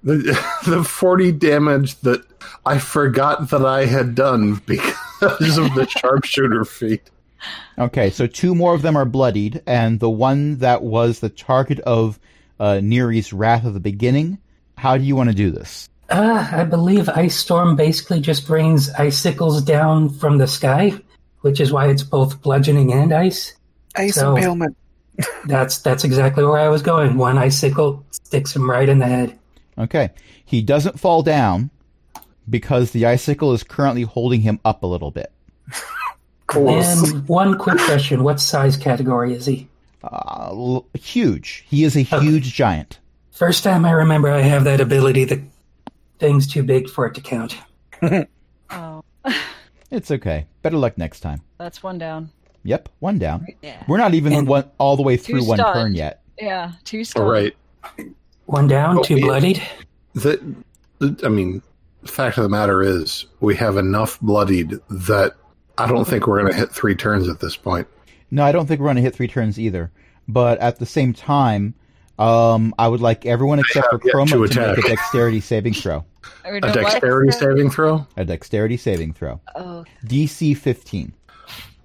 Speaker 2: the the forty damage that I forgot that I had done because of the sharpshooter feat.
Speaker 1: Okay, so two more of them are bloodied, and the one that was the target of uh, Neri's wrath at the beginning. How do you want to do this?
Speaker 4: Uh, I believe Ice Storm basically just rains icicles down from the sky, which is why it's both bludgeoning and ice.
Speaker 6: Ice
Speaker 4: So-
Speaker 6: impalement.
Speaker 4: That's that's exactly where I was going. One icicle sticks him right in the head.
Speaker 1: Okay, he doesn't fall down because the icicle is currently holding him up a little bit.
Speaker 6: Close.
Speaker 4: And one quick question: What size category is he?
Speaker 1: Uh, l- huge. He is a huge giant.
Speaker 4: First time I remember I have that ability that thing's too big for it to count.
Speaker 5: Oh,
Speaker 1: It's okay. Better luck next time.
Speaker 5: that's one down.
Speaker 1: Yep, one down.
Speaker 5: Yeah.
Speaker 1: We're not even
Speaker 4: And-
Speaker 1: one, all the way
Speaker 5: Two
Speaker 1: through one
Speaker 5: stunned.
Speaker 1: turn yet.
Speaker 5: Yeah, two still.
Speaker 2: All Oh, right.
Speaker 4: One down,
Speaker 2: Oh,
Speaker 4: two
Speaker 2: yeah.
Speaker 4: bloodied.
Speaker 2: The, the- I mean, the fact of the matter is, we have enough bloodied that I don't think we're going to hit three turns at this point.
Speaker 1: No, I don't think we're going to hit three turns either. But at the same time, um, I would like everyone except for
Speaker 2: yet
Speaker 1: Chroma
Speaker 2: to
Speaker 1: to, make
Speaker 2: attack.
Speaker 1: a dexterity saving throw.
Speaker 5: Or you
Speaker 2: A
Speaker 5: know what?
Speaker 2: dexterity saving throw.
Speaker 1: A dexterity saving throw.
Speaker 5: Oh,
Speaker 1: DC 15.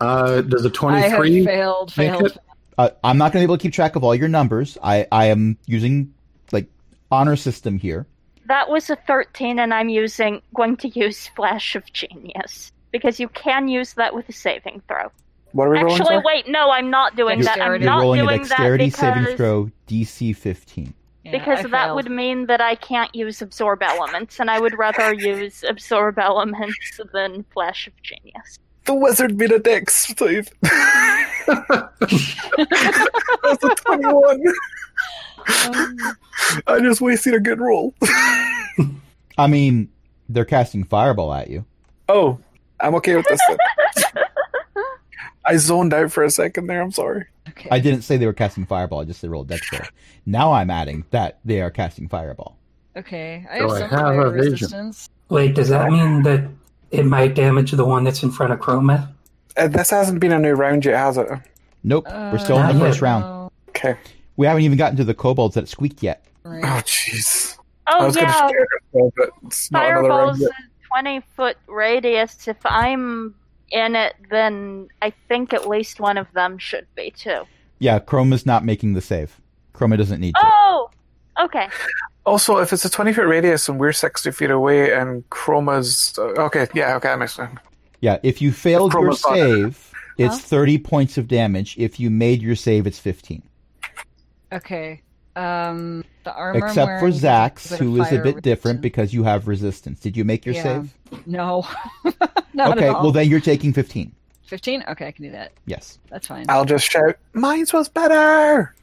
Speaker 2: Uh, does a
Speaker 5: I have
Speaker 2: twenty-three?
Speaker 5: failed, failed.
Speaker 2: it?
Speaker 5: failed.
Speaker 1: Uh, I'm not going to be able to keep track of all your numbers. I, I am using like honor system here.
Speaker 3: That was a 13, and I'm using going to use Flash of Genius because you can use that with a saving throw.
Speaker 6: What are we rolling
Speaker 3: Actually,
Speaker 6: for?
Speaker 3: wait, no, I'm not doing that. I'm
Speaker 5: Dexterity.
Speaker 1: You're
Speaker 3: not
Speaker 1: rolling a
Speaker 3: doing
Speaker 1: dexterity
Speaker 3: that because,
Speaker 1: saving throw DC 15.
Speaker 5: Yeah,
Speaker 3: because
Speaker 5: I
Speaker 3: that
Speaker 5: failed.
Speaker 3: would mean that I can't use Absorb Elements, and I would rather use Absorb Elements than Flash of Genius.
Speaker 6: The wizard made a dex save. That's a 21.
Speaker 5: Um,
Speaker 6: I just wasted a good roll.
Speaker 1: I mean, they're casting fireball at you.
Speaker 6: Oh, I'm okay with this then. I zoned out for a second there. I'm sorry.
Speaker 5: okay.
Speaker 1: I didn't say they were casting fireball. I just said roll a dex roll. Now I'm adding that they are casting fireball.
Speaker 5: Okay, I
Speaker 2: So
Speaker 5: have
Speaker 2: I
Speaker 5: some
Speaker 2: have
Speaker 5: fire
Speaker 2: evasion.
Speaker 5: resistance.
Speaker 4: Wait, does that mean that it might damage the one that's in front of Chroma?
Speaker 6: Uh, this hasn't been a new round yet, has it?
Speaker 1: Nope, we're still
Speaker 4: Uh,
Speaker 1: in the
Speaker 4: not
Speaker 1: first
Speaker 4: yet.
Speaker 1: round.
Speaker 5: Oh,
Speaker 6: Okay.
Speaker 1: We haven't even gotten to the kobolds that squeaked yet.
Speaker 5: right.
Speaker 6: Oh, jeez. I
Speaker 3: Oh,
Speaker 6: was
Speaker 3: yeah,
Speaker 6: going to share it, though, but it's not another round
Speaker 3: Fireball's
Speaker 6: yet.
Speaker 3: a 20 foot radius. If I'm in it, then I think at least one of them should be, too.
Speaker 1: Yeah, Chroma's not making the save. Chroma doesn't need to.
Speaker 3: Oh! Okay.
Speaker 6: Also, if it's a 20 foot radius and we're 60 feet away and Chroma's. Uh, okay, yeah, okay, I understand.
Speaker 1: Yeah, if you failed your
Speaker 6: Chroma's not-
Speaker 1: save, it's
Speaker 5: Huh?
Speaker 1: 30 points of damage. If you made your save, it's 15.
Speaker 5: Okay. Um, the armor. I'm
Speaker 1: Except for
Speaker 5: wearing has a
Speaker 1: Zax,
Speaker 5: bit
Speaker 1: who
Speaker 5: of
Speaker 1: is a
Speaker 5: fire
Speaker 1: bit different
Speaker 5: resistance.
Speaker 1: because you have resistance. Did you make your
Speaker 5: Yeah,
Speaker 1: save?
Speaker 5: No. Not
Speaker 1: okay,
Speaker 5: at all.
Speaker 1: well, then you're taking 15.
Speaker 5: Fifteen. Okay, I can do that.
Speaker 1: Yes.
Speaker 5: That's fine.
Speaker 6: I'll just shout, mine's was better!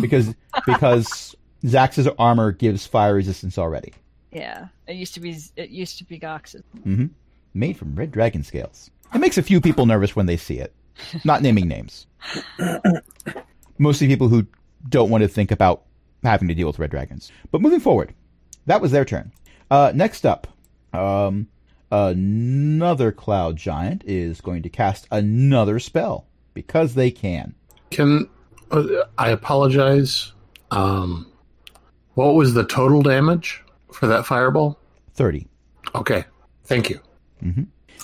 Speaker 1: Because because Zax's armor gives fire resistance already.
Speaker 5: Yeah, it used to be. It used to be Gox's.
Speaker 1: Made from red dragon scales. It makes a few people nervous when they see it. Not naming names. Mostly people who don't want to think about having to deal with red dragons. But moving forward, that was their turn. Uh, next up, um, another cloud giant is going to cast another spell because they can.
Speaker 2: Can uh, I apologize? Um, what was the total damage for that fireball?
Speaker 1: 30.
Speaker 2: Okay, thank you.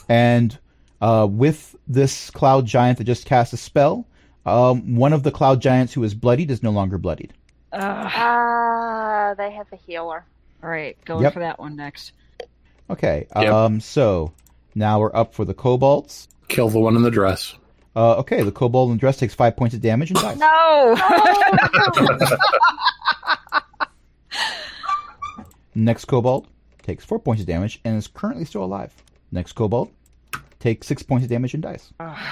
Speaker 1: And uh, with this cloud giant that just cast a spell, um, one of the cloud giants who is bloodied is no longer bloodied.
Speaker 5: Uh,
Speaker 3: Ah, they have a healer.
Speaker 5: all right, going
Speaker 1: Yep.
Speaker 5: for that one next.
Speaker 1: Okay.
Speaker 2: Yep.
Speaker 1: Um. So now we're up for the kobolds.
Speaker 2: Kill the one in the dress.
Speaker 1: Uh, okay, the kobold in the dress takes five points of damage and dies.
Speaker 5: No.
Speaker 1: Next kobold takes four points of damage and is currently still alive. Next kobold takes six points of damage and dies.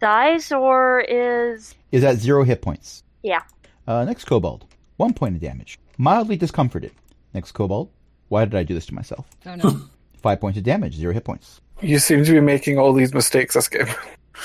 Speaker 3: Dies or is.
Speaker 1: Is at zero hit points.
Speaker 3: Yeah.
Speaker 1: Uh, next kobold, one point of damage. Mildly discomforted. Next kobold, why did I do this to myself?
Speaker 5: oh no.
Speaker 1: Five points of damage, zero hit points.
Speaker 6: You seem to be making all these mistakes this game.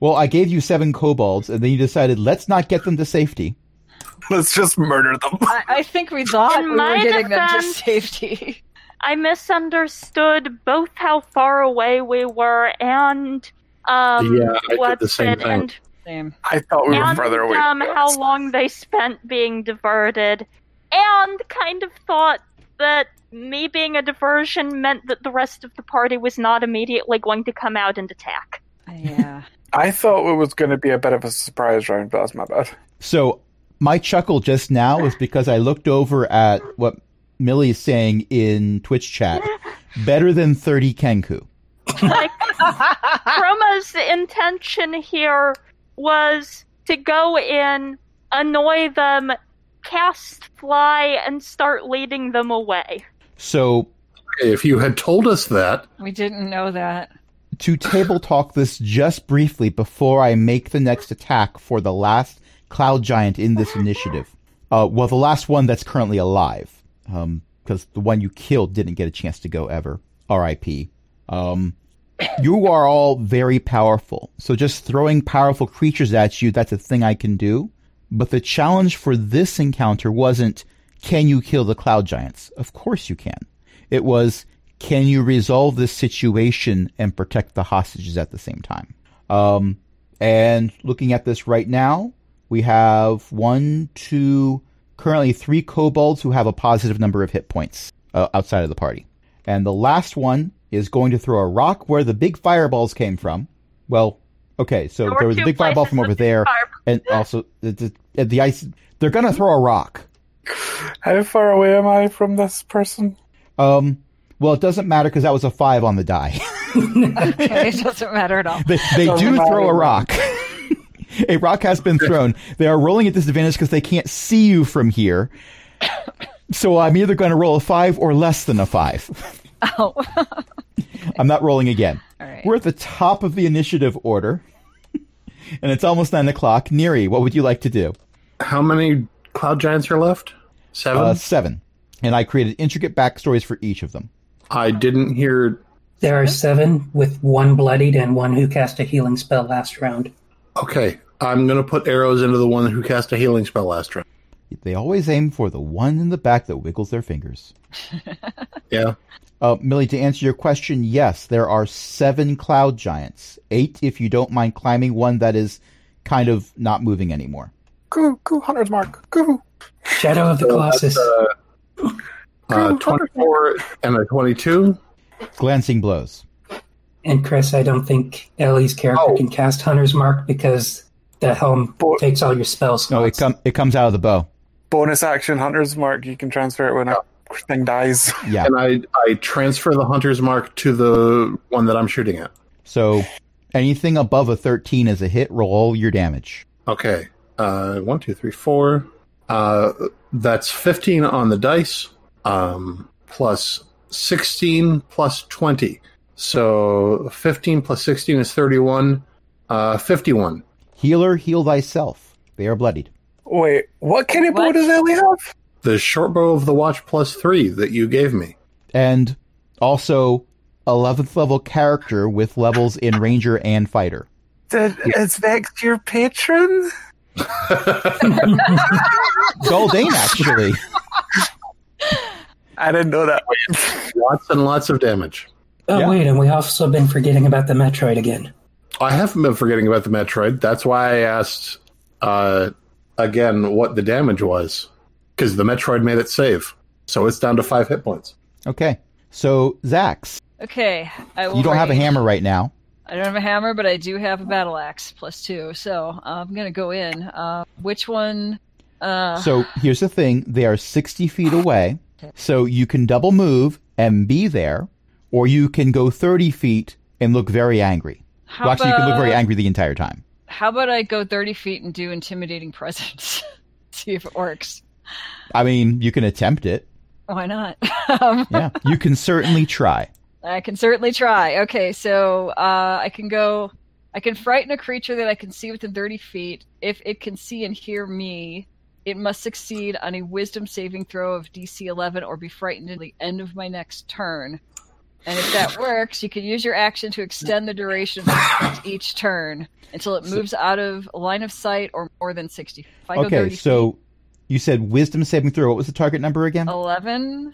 Speaker 1: Well, I gave you seven kobolds, and then you decided let's not get them to safety.
Speaker 6: Let's just murder them.
Speaker 5: I, I think we thought
Speaker 3: In
Speaker 5: we were
Speaker 3: my
Speaker 5: getting them to
Speaker 3: defense-
Speaker 5: safety.
Speaker 3: I misunderstood both how far away we were and. Um,
Speaker 2: Yeah, I did
Speaker 3: what's
Speaker 2: the same
Speaker 3: it,
Speaker 2: thing.
Speaker 3: And,
Speaker 5: Same.
Speaker 6: I thought we were
Speaker 3: and
Speaker 6: further away.
Speaker 3: um, how long they spent being diverted. And kind of thought that me being a diversion meant that the rest of the party was not immediately going to come out and attack.
Speaker 5: Yeah.
Speaker 6: I thought it was going to be a bit of a surprise round, but that's my bad.
Speaker 1: So my chuckle just now is because I looked over at what Millie's saying in Twitch chat. Better than thirty Kenku.
Speaker 3: Like, Chroma's intention here was to go in, annoy them, cast fly, and start leading them away.
Speaker 1: So
Speaker 2: Okay, if you had told us that,
Speaker 5: we didn't know that.
Speaker 1: to table talk this just briefly before I make the next attack for the last cloud giant in this initiative. Uh, well, the last one that's currently alive, because the one you killed didn't get a chance to go ever. R.I.P. Um, you are all very powerful, so just throwing powerful creatures at you—that's a thing I can do. But the challenge for this encounter wasn't can you kill the cloud giants? Of course you can. It was can you resolve this situation and protect the hostages at the same time? Um, and looking at this right now, we have one, two, currently three kobolds who have a positive number of hit points uh, outside of the party. And the last one is going to throw a rock where the big fireballs came from. Well, okay, so
Speaker 3: There
Speaker 1: there,
Speaker 3: were
Speaker 1: was a
Speaker 3: two
Speaker 1: big fireball
Speaker 3: places
Speaker 1: from
Speaker 3: with
Speaker 1: over
Speaker 3: big
Speaker 1: there,
Speaker 3: fireballs.
Speaker 1: and also the, the, the ice. They're going to throw a rock.
Speaker 7: How far away am I from this person?
Speaker 1: Um, well, it doesn't matter because that was a five on the die.
Speaker 5: Okay, it doesn't matter at all.
Speaker 1: They, they
Speaker 7: Doesn't
Speaker 1: do
Speaker 7: matter.
Speaker 1: throw a rock. a rock has been thrown. They are rolling at disadvantage because they can't see you from here. So I'm either going to roll a five or less than a five.
Speaker 5: Oh, all
Speaker 1: I'm not rolling again.
Speaker 5: right.
Speaker 1: We're at the top of the initiative order, and it's almost nine o'clock. Neri, what would you like to do?
Speaker 2: How many cloud giants are left? Seven.
Speaker 1: Uh, seven. And I created intricate backstories for each of them.
Speaker 2: I didn't hear.
Speaker 4: There are seven, with one bloodied and one who cast a healing spell last round.
Speaker 2: Okay, I'm gonna put arrows into the one who cast a healing spell last round.
Speaker 1: They always aim for the one in the back that wiggles their fingers.
Speaker 2: Yeah.
Speaker 1: Uh, Millie, to answer your question, yes, there are seven cloud giants. Eight if you don't mind climbing one that is kind of not moving anymore.
Speaker 6: Goo, goo, hunter's mark. Goo.
Speaker 4: Shadow of the
Speaker 2: Oh,
Speaker 4: Colossus.
Speaker 2: Uh, 24 and a 22.
Speaker 1: Glancing blows.
Speaker 4: And Chris, I don't think Ellie's character
Speaker 2: Oh.
Speaker 4: can cast Hunter's Mark because the helm
Speaker 6: Bo-
Speaker 4: takes all your spells.
Speaker 1: No, it com- it comes out of the bow.
Speaker 6: Bonus action, hunter's mark. You can transfer it when a thing dies.
Speaker 1: Yeah.
Speaker 2: And I, I transfer the hunter's mark to the one that I'm shooting at.
Speaker 1: So anything above a thirteen is a hit. Roll all your damage.
Speaker 2: Okay. Uh, one, two, three, four. Uh, that's 15 on the dice, um, plus 16 plus 20. So 15 plus 16 is 31. Uh, 51.
Speaker 1: Healer, heal thyself. They are bloodied.
Speaker 6: Wait, what kind of bow
Speaker 5: What?
Speaker 6: does Ellie have?
Speaker 2: The short bow of the watch plus three that you gave me.
Speaker 1: And also eleventh level character with levels in ranger and fighter.
Speaker 6: Did, Is Vex your patron?
Speaker 1: Goldane actually.
Speaker 6: I didn't know that.
Speaker 2: Lots and lots of damage.
Speaker 4: Oh,
Speaker 1: Yeah.
Speaker 4: wait, and we also been forgetting about the Metroid again.
Speaker 2: I haven't been forgetting about the Metroid. That's why I asked uh, again what the damage was, because the Metroid made it save. So it's down to five hit points.
Speaker 1: Okay. So Zax,
Speaker 5: Okay, I will.
Speaker 1: you don't have a
Speaker 5: raise-
Speaker 1: hammer right now.
Speaker 5: I don't have a hammer, but I do have a battle axe plus two, so I'm gonna go in. Uh, which one? Uh,
Speaker 1: So here's the thing: they are sixty feet away, so you can double move and be there, or you can go thirty feet and look very angry.
Speaker 5: how
Speaker 1: Well, actually, you can look very
Speaker 5: about-
Speaker 1: angry the entire time.
Speaker 5: How about I go 30 feet and do intimidating presence? See if it works.
Speaker 1: I mean, you can attempt it.
Speaker 5: Why not? um,
Speaker 1: Yeah, you can certainly try.
Speaker 5: I can certainly try. Okay, so uh, I can go. I can frighten a creature that I can see within 30 feet. If it can see and hear me, it must succeed on a wisdom saving throw of DC 11 or be frightened at the end of my next turn. And if that works, you can use your action to extend the duration of the effect each turn until it moves out of line of sight or more than 60. If I go
Speaker 1: Okay,
Speaker 5: 30
Speaker 1: so you said wisdom saving throw. What was the target number again?
Speaker 5: 11.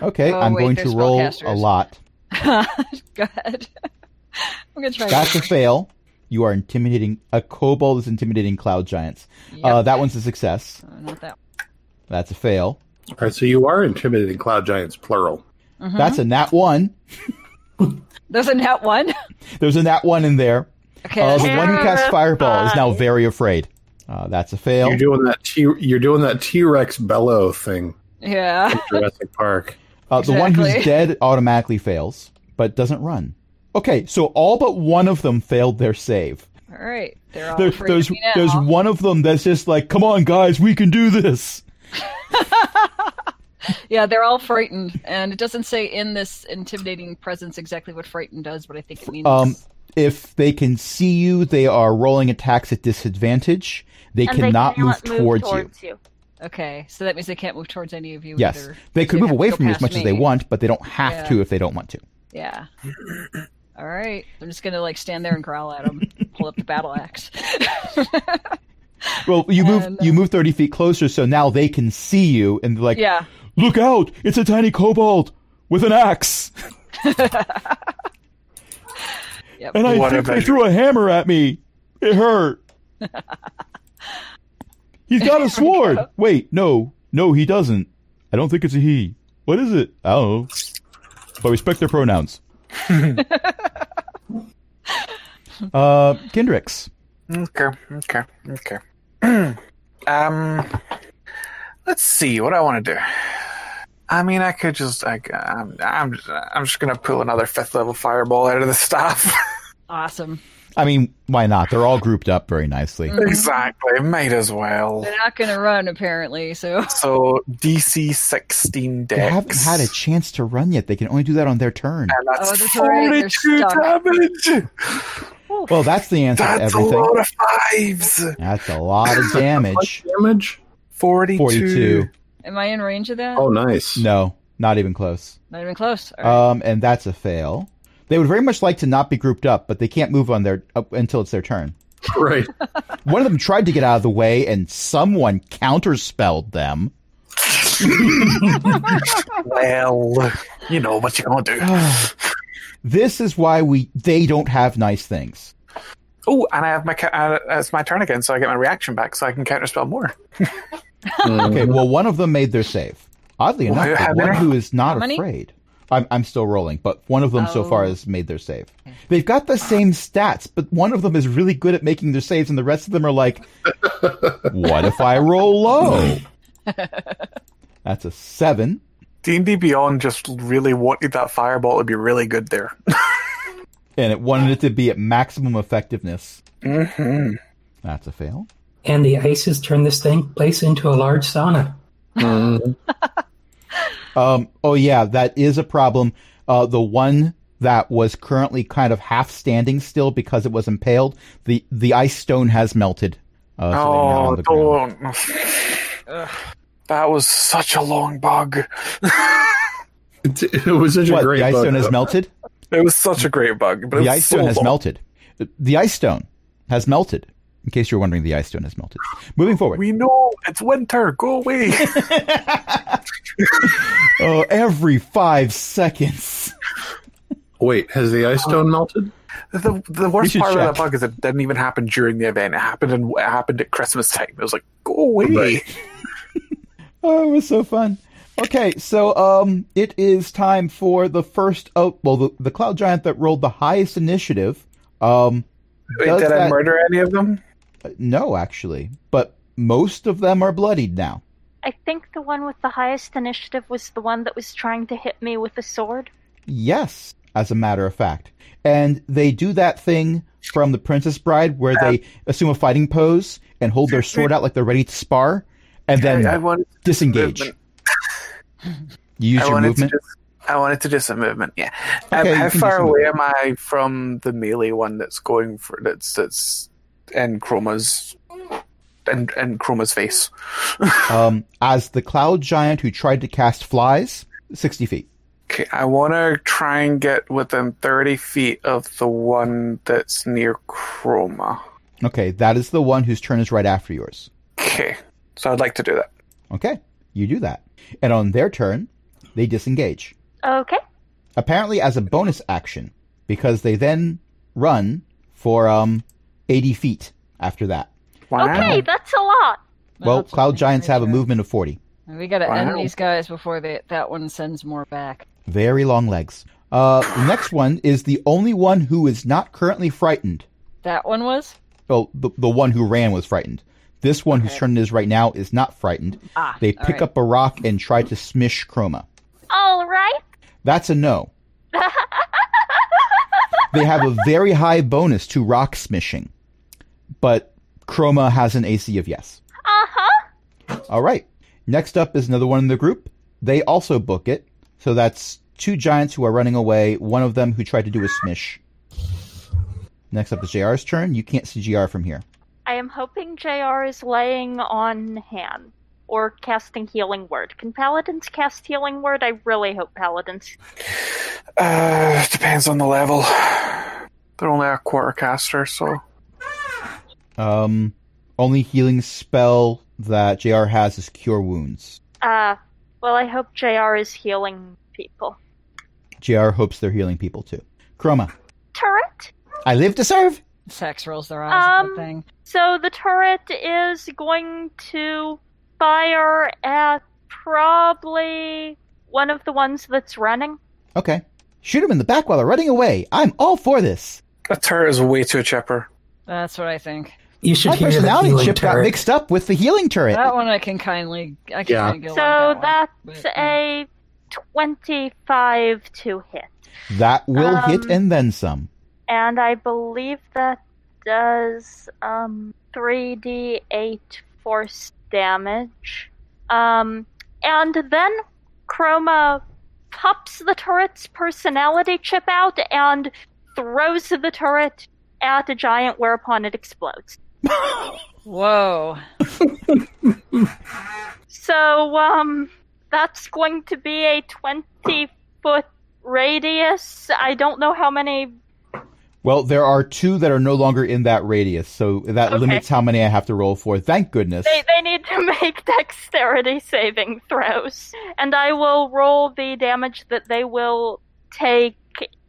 Speaker 1: Okay,
Speaker 5: oh,
Speaker 1: I'm
Speaker 5: wait,
Speaker 1: going
Speaker 5: they're
Speaker 1: to roll a
Speaker 5: spellcasters.
Speaker 1: lot.
Speaker 5: go ahead. I'm going to try.
Speaker 1: That's a
Speaker 5: again.
Speaker 1: fail. You are intimidating. A kobold is intimidating cloud giants. Uh,
Speaker 5: Yep.
Speaker 1: that one's a success.
Speaker 5: Uh, not that
Speaker 1: That's a fail.
Speaker 2: All right, so you are intimidating cloud giants, plural.
Speaker 5: one. Mhm.
Speaker 1: That's a nat one.
Speaker 5: There's a net one.
Speaker 1: There's a nat one in there.
Speaker 5: Okay.
Speaker 1: Uh,
Speaker 5: that's-
Speaker 1: the one who casts fireball is now very afraid. Uh, that's a fail.
Speaker 2: You're doing that. T- you're doing that T Rex bellow thing
Speaker 5: yeah.
Speaker 2: in Jurassic Park.
Speaker 1: Uh, The one who's
Speaker 5: Exactly.
Speaker 1: dead automatically fails, but doesn't run. Okay, so all but one of them failed their save.
Speaker 5: All right. They're all
Speaker 1: There-
Speaker 5: afraid
Speaker 1: there's
Speaker 5: of me now.
Speaker 1: there's one of them that's just like, "Come on, guys, we can do this."
Speaker 5: Yeah, they're all frightened, and it doesn't say in this intimidating presence exactly what frightened does, but I think it means.
Speaker 1: Um, if they can see you, they are rolling attacks at disadvantage. They
Speaker 3: and
Speaker 1: cannot
Speaker 3: they
Speaker 1: move,
Speaker 3: cannot
Speaker 1: towards you.
Speaker 3: you.
Speaker 5: Okay, so that means they can't move towards any of you
Speaker 1: Yes.
Speaker 5: either.
Speaker 1: They could
Speaker 5: They
Speaker 1: move
Speaker 5: have to
Speaker 1: away
Speaker 5: go
Speaker 1: from you as
Speaker 5: past
Speaker 1: much as they
Speaker 5: me.
Speaker 1: want, but they don't have
Speaker 5: Yeah.
Speaker 1: to if they don't want to.
Speaker 5: Yeah. All right. I'm just gonna like stand there and growl at them. Pull up the battle axe.
Speaker 1: Well, you move
Speaker 5: And, uh,
Speaker 1: you move thirty feet closer, so now they can see you, and they're like,
Speaker 5: yeah.
Speaker 1: "Look out! It's a tiny kobold with an axe,
Speaker 5: Yep.
Speaker 1: and I
Speaker 6: What
Speaker 1: think
Speaker 6: a
Speaker 1: they
Speaker 6: measure.
Speaker 1: threw a hammer at me. It hurt. He's got a sword. Wait, no, no, he doesn't. I don't think it's a he. What is it? I don't know. But respect their pronouns. uh, Kindrix.
Speaker 6: Okay, okay, okay. um, let's see what I want to do. I mean, I could just like um, I'm I'm just gonna pull another fifth level fireball out of the staff.
Speaker 5: Awesome.
Speaker 1: I mean, why not? They're all grouped up very nicely.
Speaker 6: exactly, might as well.
Speaker 5: They're not gonna run apparently. So
Speaker 6: So DC sixteen
Speaker 1: They haven't
Speaker 6: decks.
Speaker 1: had a chance to run yet. They can only do that on their turn.
Speaker 6: and that's,
Speaker 5: Oh, that's right, they're
Speaker 6: 42
Speaker 5: stuck.
Speaker 6: damage.
Speaker 1: Well, that's the answer
Speaker 6: That's
Speaker 1: to
Speaker 6: a
Speaker 1: everything.
Speaker 6: lot of fives.
Speaker 1: That's a lot of
Speaker 2: Much
Speaker 1: damage.
Speaker 2: damage?
Speaker 6: 42.
Speaker 1: 42.
Speaker 5: am I in range of that?
Speaker 2: Oh, nice.
Speaker 1: No, not even close.
Speaker 5: Not even close. All right.
Speaker 1: Um, and that's a fail. They would very much like to not be grouped up, but they can't move on their up until it's their turn.
Speaker 2: Right.
Speaker 1: One of them tried to get out of the way, and someone counterspelled them.
Speaker 6: Well, you know what you're going to do.
Speaker 1: this is why we they don't have nice things.
Speaker 6: Oh, and I have my ca- uh, it's my turn again, so I get my reaction back, so I can counterspell more.
Speaker 1: Okay, well, one of them made their save. Oddly
Speaker 6: Mm-hmm. Well,
Speaker 1: enough,
Speaker 6: how-
Speaker 1: the one
Speaker 6: how many-
Speaker 1: who is not
Speaker 5: how many?
Speaker 1: afraid. I'm, I'm still rolling, but one of them so far
Speaker 5: Oh.
Speaker 1: has made their save. They've got the same stats, but one of them is really good at making their saves, and the rest of them are like, what if I roll low? That's a seven.
Speaker 6: D and D Beyond just really wanted that fireball to be really good there.
Speaker 1: and it wanted it to be at maximum effectiveness.
Speaker 6: Mm-hmm.
Speaker 1: That's a fail.
Speaker 4: And the ISIS turned this thing place into a large sauna.
Speaker 2: Mm.
Speaker 1: Um, oh yeah, that is a problem. Uh, the one that was currently kind of half standing still because it was impaled, the the ice stone has melted. Uh, so they're now
Speaker 6: Oh,
Speaker 1: on the ground.
Speaker 6: don't. that was such a long bug.
Speaker 2: It, it was such
Speaker 1: What,
Speaker 2: a great
Speaker 1: the ice
Speaker 2: bug,
Speaker 1: stone has
Speaker 6: uh,
Speaker 2: though.
Speaker 1: melted.
Speaker 6: It was such a great bug, but it
Speaker 1: The
Speaker 6: was
Speaker 1: ice
Speaker 6: so
Speaker 1: stone has
Speaker 6: long.
Speaker 1: melted. The ice stone has melted. In case you're wondering, the ice stone has melted. Moving forward.
Speaker 6: We know it's winter. Go away.
Speaker 1: Oh, every five seconds.
Speaker 2: Wait, has the ice stone melted?
Speaker 6: the the
Speaker 1: We
Speaker 6: worst
Speaker 1: should
Speaker 6: part
Speaker 1: check.
Speaker 6: of that bug is it didn't even happen during the event. It happened in, it happened at Christmas time. It was like, go away.
Speaker 2: Right.
Speaker 1: Oh, it was so fun. Okay, so um, it is time for the first. Oh, well, the, the cloud giant that rolled the highest initiative. Um,
Speaker 6: Wait,
Speaker 1: does
Speaker 6: did I
Speaker 1: that-
Speaker 6: murder any of them?
Speaker 1: Uh, No, actually, but most of them are bloodied now.
Speaker 3: I think the one with the highest initiative was the one that was trying to hit me with a sword.
Speaker 1: Yes, as a matter of fact, and they do that thing from the Princess Bride where they assume a fighting pose and hold their sword out like they're ready to spar, and then
Speaker 6: I, I wanted
Speaker 1: disengage.
Speaker 6: movement.
Speaker 1: You use
Speaker 6: I
Speaker 1: your
Speaker 6: wanted
Speaker 1: movement.
Speaker 6: to just, I wanted to do some movement. Yeah. Um,
Speaker 1: Okay, you
Speaker 6: how
Speaker 1: can do
Speaker 6: far
Speaker 1: some
Speaker 6: away am I from the melee one that's going for that's that's in Chroma's and and Chroma's face?
Speaker 1: Um, as the cloud giant who tried to cast flies, sixty feet.
Speaker 6: Okay, I want to try and get within thirty feet of the one that's near Chroma.
Speaker 1: Okay, that is the one whose turn is right after yours.
Speaker 6: Okay, so I'd like to do that.
Speaker 1: Okay, you do that. And on their turn, they disengage.
Speaker 3: Okay.
Speaker 1: Apparently, as a bonus action, because they then run for um, 80 feet after that.
Speaker 6: Wow.
Speaker 3: Okay, that's a lot.
Speaker 1: Well,
Speaker 5: That's
Speaker 1: cloud
Speaker 5: okay.
Speaker 1: giants have a
Speaker 5: Sure.
Speaker 1: movement of 40.
Speaker 5: We gotta
Speaker 6: Wow.
Speaker 5: end these guys before they, that one sends more back.
Speaker 1: Very long legs. Uh, the next one is the only one who is not currently frightened.
Speaker 5: That one was
Speaker 1: Well, the, the one who ran was frightened. This one whose
Speaker 5: Okay.
Speaker 1: turn it is right now is not frightened.
Speaker 5: ah.
Speaker 1: They
Speaker 5: all
Speaker 1: pick
Speaker 5: right.
Speaker 1: up a rock and try to smish Chroma.
Speaker 3: All right.
Speaker 1: That's a no. they have a very high bonus to rock smishing, but Chroma has an AC of yes.
Speaker 3: Uh huh.
Speaker 1: All right. Next up is another one in the group. They also book it. So that's two giants who are running away, one of them who tried to do a smish. Next up is JR's turn. You can't see JR from here.
Speaker 3: I am hoping JR is laying on hand. or casting Healing Word. Can paladins cast Healing Word? I really hope paladins.
Speaker 6: Uh, depends on the level. They're only a quarter caster, so
Speaker 1: Um, only healing spell that JR has is Cure Wounds.
Speaker 3: Uh, well, I hope JR is healing people.
Speaker 1: JR hopes they're healing people too. Chroma,
Speaker 3: Turret?
Speaker 1: I live to serve.
Speaker 5: Sex rolls their eyes at
Speaker 3: Um,
Speaker 5: the thing.
Speaker 3: So the turret is going to fire at probably one of the ones that's running.
Speaker 1: Okay. Shoot him in the back while they're running away. I'm all for this.
Speaker 6: a turret is way too chipper.
Speaker 5: That's what I think.
Speaker 4: You should
Speaker 1: My
Speaker 4: hear the
Speaker 1: personality
Speaker 4: healing
Speaker 1: chip got
Speaker 4: turret.
Speaker 1: mixed up with the healing turret.
Speaker 5: That one I can kindly. I can
Speaker 2: Yeah.
Speaker 5: kinda get
Speaker 3: So
Speaker 5: along with that one. hmm.
Speaker 3: that's
Speaker 5: But,
Speaker 3: a 25 to hit.
Speaker 1: That will hit
Speaker 3: Um,
Speaker 1: and then some.
Speaker 3: And I believe that does um 3d8 force damage. Um and then Chroma pops the turret's personality chip out and throws the turret at a giant whereupon it explodes.
Speaker 5: Whoa.
Speaker 3: So um that's going to be a 20 foot radius. I don't know how many
Speaker 1: Well, there are two that are no longer in that radius, so that
Speaker 3: Okay.
Speaker 1: limits how many I have to roll for. Thank goodness.
Speaker 3: They, they need to make dexterity saving throws. And I will roll the damage that they will take.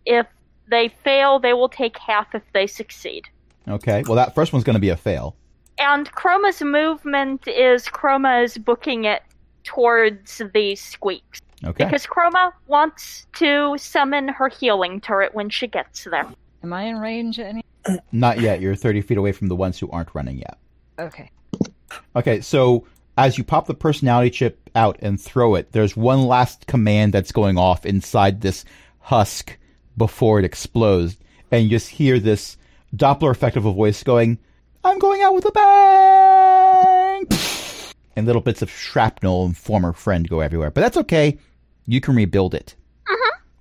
Speaker 3: If they fail, they will take half if they succeed.
Speaker 1: Okay. Well, that first one's going to be a fail.
Speaker 3: And Chroma's movement is Chroma is booking it towards the squeaks.
Speaker 1: Okay.
Speaker 3: Because Chroma wants to summon her healing turret when she gets there.
Speaker 5: Am I in range at any?
Speaker 1: Not yet. You're 30 feet away from the ones who aren't running yet.
Speaker 5: Okay.
Speaker 1: Okay, so as you pop the personality chip out and throw it, there's one last command that's going off inside this husk before it explodes. And you just hear this Doppler effect of a voice going, I'm going out with a bang! And little bits of shrapnel and former friend go everywhere. But that's okay. You can rebuild it.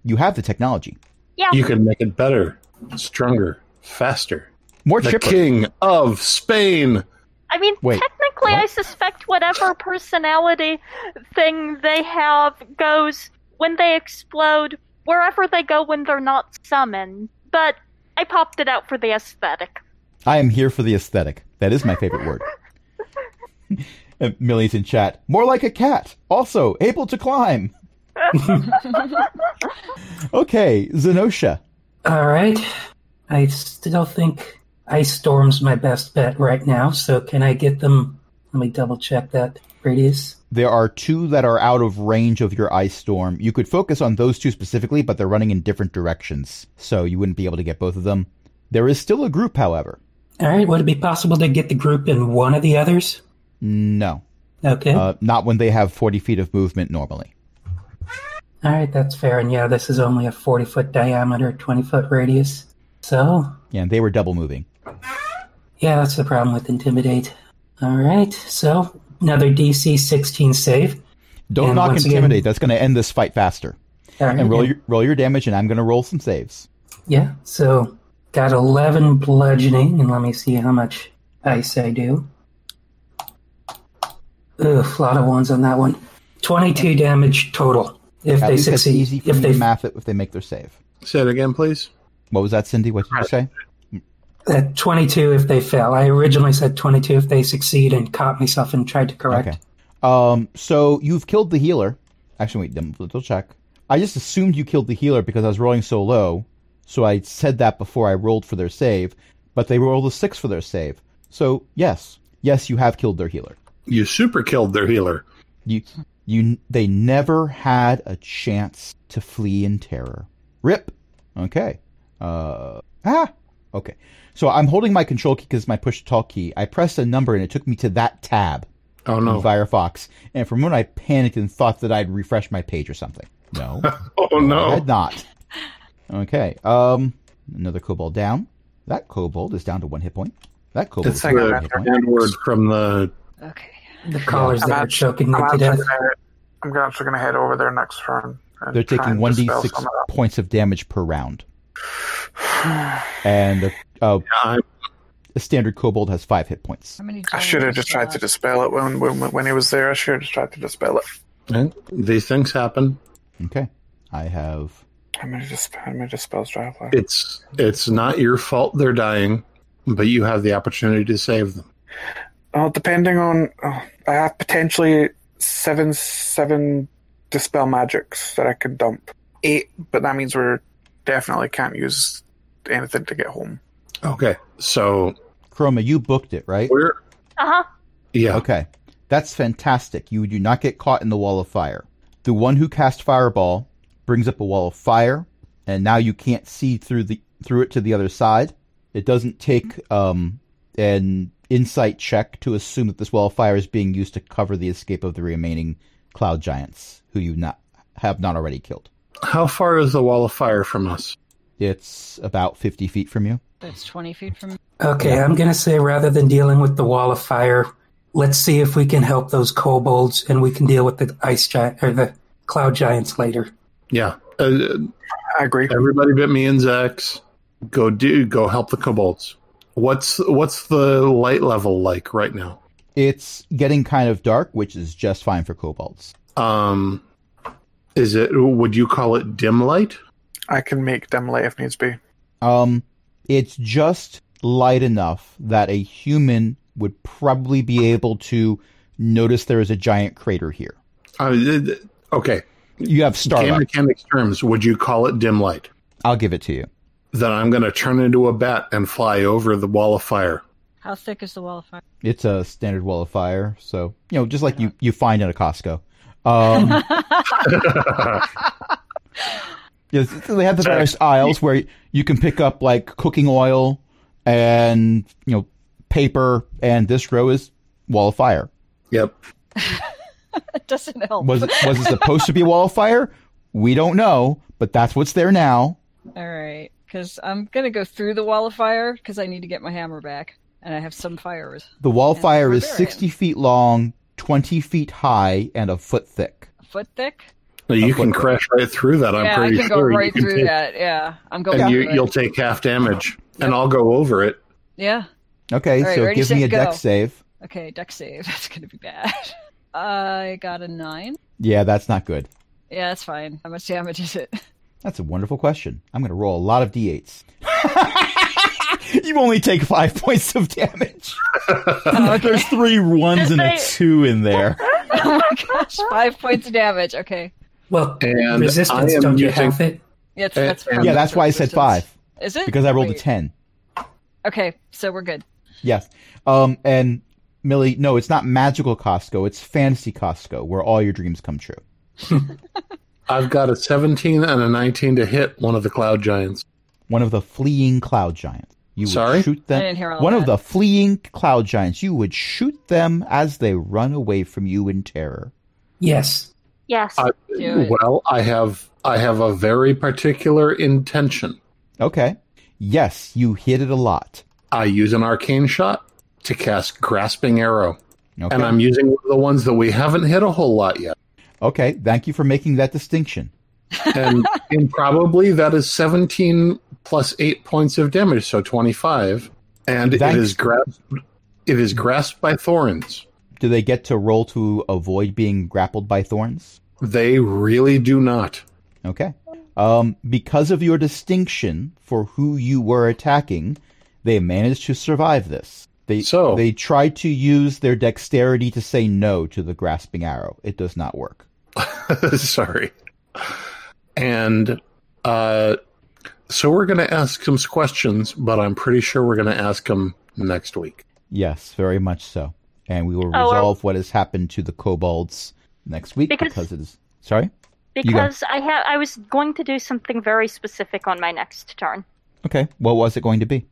Speaker 1: You have the technology.
Speaker 3: Yeah.
Speaker 2: You can make it better, stronger, faster.
Speaker 1: More
Speaker 2: The
Speaker 1: chipper.
Speaker 2: king of Spain.
Speaker 3: I mean,
Speaker 1: Wait,
Speaker 3: technically,
Speaker 1: what?
Speaker 3: I suspect whatever personality thing they have goes when they explode wherever they go when they're not summoned. But I popped it out for the aesthetic.
Speaker 1: I am here for the aesthetic. That is my favorite word. And Millie's in chat. More like a cat. Also able to climb. okay, Zenosha.
Speaker 4: All right. I still think Ice Storm's my best bet right now, so can I get them? Let me double check that radius.
Speaker 1: There are two that are out of range of your ice storm. You could focus on those two specifically, but they're running in different directions, so you wouldn't be able to get both of them. There is still a group, however.
Speaker 4: All right, would it be possible to get the group in one of the others?
Speaker 1: No,
Speaker 4: Okay.
Speaker 1: uh, not when they have 40 feet of movement normally.
Speaker 4: All right, that's fair. And yeah, this is only a 40 foot diameter, 20 foot radius. So,
Speaker 1: Yeah, and they were double moving.
Speaker 4: yeah, that's the problem with Intimidate. All right, so another DC 16 save.
Speaker 1: Don't
Speaker 4: And
Speaker 1: knock
Speaker 4: once again-
Speaker 1: intimidate. That's going to end this fight faster.
Speaker 4: All right,
Speaker 1: And roll
Speaker 4: yeah.
Speaker 1: your roll your damage, and I'm going to roll some saves.
Speaker 4: Yeah, so got 11 bludgeoning, and let me see how much ice I do. Ugh, a lot of ones on that one. 22 damage total if
Speaker 1: At
Speaker 4: they
Speaker 1: least that's
Speaker 4: succeed.
Speaker 1: easy for
Speaker 4: if
Speaker 1: me
Speaker 4: they
Speaker 1: to math it if they make their save.
Speaker 2: Say it again, please.
Speaker 1: What was that, Cindy? What did you say?
Speaker 4: at 22 if they fail. I originally said 22 if they succeed and caught myself and tried to correct.
Speaker 1: Okay. Um, so you've killed the healer. Actually, wait, dum- double check. I just assumed you killed the healer because I was rolling so low, so I said that before I rolled for their save. But they rolled a six for their save. So yes, yes, you have killed their healer.
Speaker 2: You super killed their healer.
Speaker 1: You, you, they never had a chance to flee in terror. Rip. Okay. Uh, ah. Okay. So I'm holding my control key because my push to talk key. I pressed a number and it took me to that tab
Speaker 2: Oh
Speaker 1: in
Speaker 2: no!
Speaker 1: Firefox. And for a moment, I panicked and thought that I'd refresh my page or something. No,
Speaker 2: Oh
Speaker 1: I had
Speaker 2: no!
Speaker 1: not. Okay. Um, another kobold down. That kobold is down to one hit point. That kobold is
Speaker 6: It's
Speaker 1: down
Speaker 6: like
Speaker 1: to
Speaker 6: a
Speaker 1: one hit point.
Speaker 2: Downward from the
Speaker 5: Okay.
Speaker 4: The collars
Speaker 6: I'm
Speaker 4: that are
Speaker 6: act-
Speaker 4: choking
Speaker 6: I'm
Speaker 4: me to
Speaker 6: actually,
Speaker 4: death.
Speaker 6: gonna, I'm actually gonna head over there next turn. and
Speaker 1: They're
Speaker 6: try
Speaker 1: taking
Speaker 6: and
Speaker 1: one d
Speaker 6: dispel
Speaker 1: six
Speaker 6: some of that.
Speaker 1: points of damage per round, and uh,
Speaker 2: I'm
Speaker 1: A standard kobold has five hit points.
Speaker 5: How many?
Speaker 6: I should have
Speaker 5: generators
Speaker 6: just
Speaker 5: are
Speaker 6: tried to
Speaker 5: left?
Speaker 6: dispel it when when, when he was there. I should have just tried to dispel it.
Speaker 2: And these things happen.
Speaker 1: Okay. I have.
Speaker 6: How many, disp- how many dispels do I have left?
Speaker 2: It's it's not your fault they're dying, but you have the opportunity to save them.
Speaker 6: Well, depending on, oh, I have potentially seven seven dispel magics that I could dump. Eight, but that means we're definitely can't use anything to get home.
Speaker 2: Okay. So
Speaker 1: Chroma, you booked it, right?
Speaker 2: we're
Speaker 3: Uh huh.
Speaker 2: yeah.
Speaker 1: Okay. That's fantastic. You do not get caught in the wall of fire. The one who cast fireball brings up a wall of fire, and now you can't see through the through it to the other side. It doesn't take um, an insight check to assume that this wall of fire is being used to cover the escape of the remaining cloud giants who you not have not already killed.
Speaker 2: How far is the wall of fire from us?
Speaker 1: It's about fifty feet from you.
Speaker 5: uh, That's twenty feet from.
Speaker 4: Okay, I'm going to say rather than dealing with the wall of fire, let's see if we can help those kobolds and we can deal with the ice giant or the cloud giants later.
Speaker 2: Yeah. Uh,
Speaker 6: I agree.
Speaker 2: everybody but me and Zax, go do go help the kobolds. What's what's the light level like right now?
Speaker 1: It's getting kind of dark, which is just fine for kobolds.
Speaker 2: Um, is it? Would you call it dim light?
Speaker 6: I can make them light if needs be.
Speaker 1: Um, it's just light enough that a human would probably be able to notice there is a giant crater here.
Speaker 2: Uh, th- th- okay.
Speaker 1: You have
Speaker 2: Game
Speaker 1: starlight.
Speaker 2: mechanics terms. Would you call it dim light?
Speaker 1: I'll give it to you.
Speaker 2: Then I'm going to turn into a bat and fly over the wall of fire.
Speaker 5: How thick is the wall of fire?
Speaker 1: It's a standard wall of fire, so you know, just like you you find at a Costco. Um, yes, so they have the various aisles where you can pick up like cooking oil and you know paper, and this row is wall of fire.
Speaker 2: Yep.
Speaker 5: That doesn't help.
Speaker 1: Was it, was it supposed to be a wall of fire? We don't know, but that's what's there now.
Speaker 5: All right, because I'm gonna go through the wall of fire because I need to get my hammer back, and I have some fires.
Speaker 1: The wall
Speaker 5: the
Speaker 1: fire is
Speaker 5: barbarian.
Speaker 1: 60 feet long, 20 feet high, and a foot thick.
Speaker 5: A foot thick.
Speaker 2: Now, you
Speaker 1: Of
Speaker 2: can
Speaker 1: what-
Speaker 2: crash right through that. I'm
Speaker 5: yeah, I
Speaker 2: pretty
Speaker 5: can
Speaker 2: sure.
Speaker 5: go
Speaker 2: You
Speaker 5: right
Speaker 2: can
Speaker 5: through
Speaker 2: take-
Speaker 5: that. Yeah, I'm going.
Speaker 2: And you,
Speaker 5: through it.
Speaker 2: you'll take half damage, and I'll go over it.
Speaker 5: Yeah.
Speaker 1: Okay,
Speaker 5: All right,
Speaker 1: so
Speaker 5: ready,
Speaker 1: give
Speaker 5: set,
Speaker 1: me a
Speaker 5: go.
Speaker 1: deck save.
Speaker 5: Okay, deck save. That's gonna be bad. I got a nine.
Speaker 1: Yeah, that's not good.
Speaker 5: Yeah, that's fine. How much damage is it?
Speaker 1: That's a wonderful question. I'm going to roll a lot of d8s. you only take five points of damage. There's three ones and a two in there.
Speaker 5: oh my gosh, five points of damage. Okay.
Speaker 4: Well,
Speaker 2: And
Speaker 4: resistance,
Speaker 2: I am
Speaker 4: don't you
Speaker 2: using-
Speaker 4: have it?
Speaker 5: Yes,
Speaker 2: Eh,
Speaker 5: that's
Speaker 1: Yeah, that's why I said
Speaker 5: resistance.
Speaker 1: five,
Speaker 5: Is it?
Speaker 1: because I rolled a
Speaker 5: Wait.
Speaker 1: 10.
Speaker 5: Okay, so we're good.
Speaker 1: Yes. Um, and Millie, no, it's not magical Costco. It's fantasy Costco, where all your dreams come true.
Speaker 2: I've got a 17 and a 19 to hit one of the cloud giants.
Speaker 1: one of the fleeing cloud giants. You would
Speaker 2: Sorry?
Speaker 1: shoot them.
Speaker 5: I didn't hear all
Speaker 1: one of
Speaker 5: that.
Speaker 1: the fleeing cloud giants. You would shoot them as they run away from you in terror.
Speaker 4: Yes.
Speaker 3: Yes.
Speaker 1: Uh,
Speaker 2: I,
Speaker 5: Do it.
Speaker 2: well, I have I have a very particular intention.
Speaker 1: Okay. Yes, you hit it a lot.
Speaker 2: I use an arcane shot to cast grasping arrow,
Speaker 1: Okay.
Speaker 2: and I'm using one of the ones that we haven't hit a whole lot yet.
Speaker 1: okay. Thank you for making that distinction.
Speaker 2: And, and probably that is 17 plus 8 points of damage, so 25, and
Speaker 1: Thanks.
Speaker 2: it is grasped it is grasped by thorns.
Speaker 1: Do they get to roll to avoid being grappled by thorns?
Speaker 2: They really do not.
Speaker 1: Okay. Um, because of your distinction for who you were attacking, they managed to survive this. They
Speaker 2: So-
Speaker 1: they tried to use their dexterity to say no to the grasping arrow. It does not work.
Speaker 2: Sorry. And uh, so we're going to ask some questions, but I'm pretty sure we're going to ask them next week.
Speaker 1: Yes, very much so. And we will
Speaker 3: Oh, well-
Speaker 1: resolve what has happened to the kobolds next week because,
Speaker 3: Because-
Speaker 1: it is. Sorry? go.
Speaker 3: because I ha- I was going to do something very specific on my next turn.
Speaker 1: Okay. What was it going to be?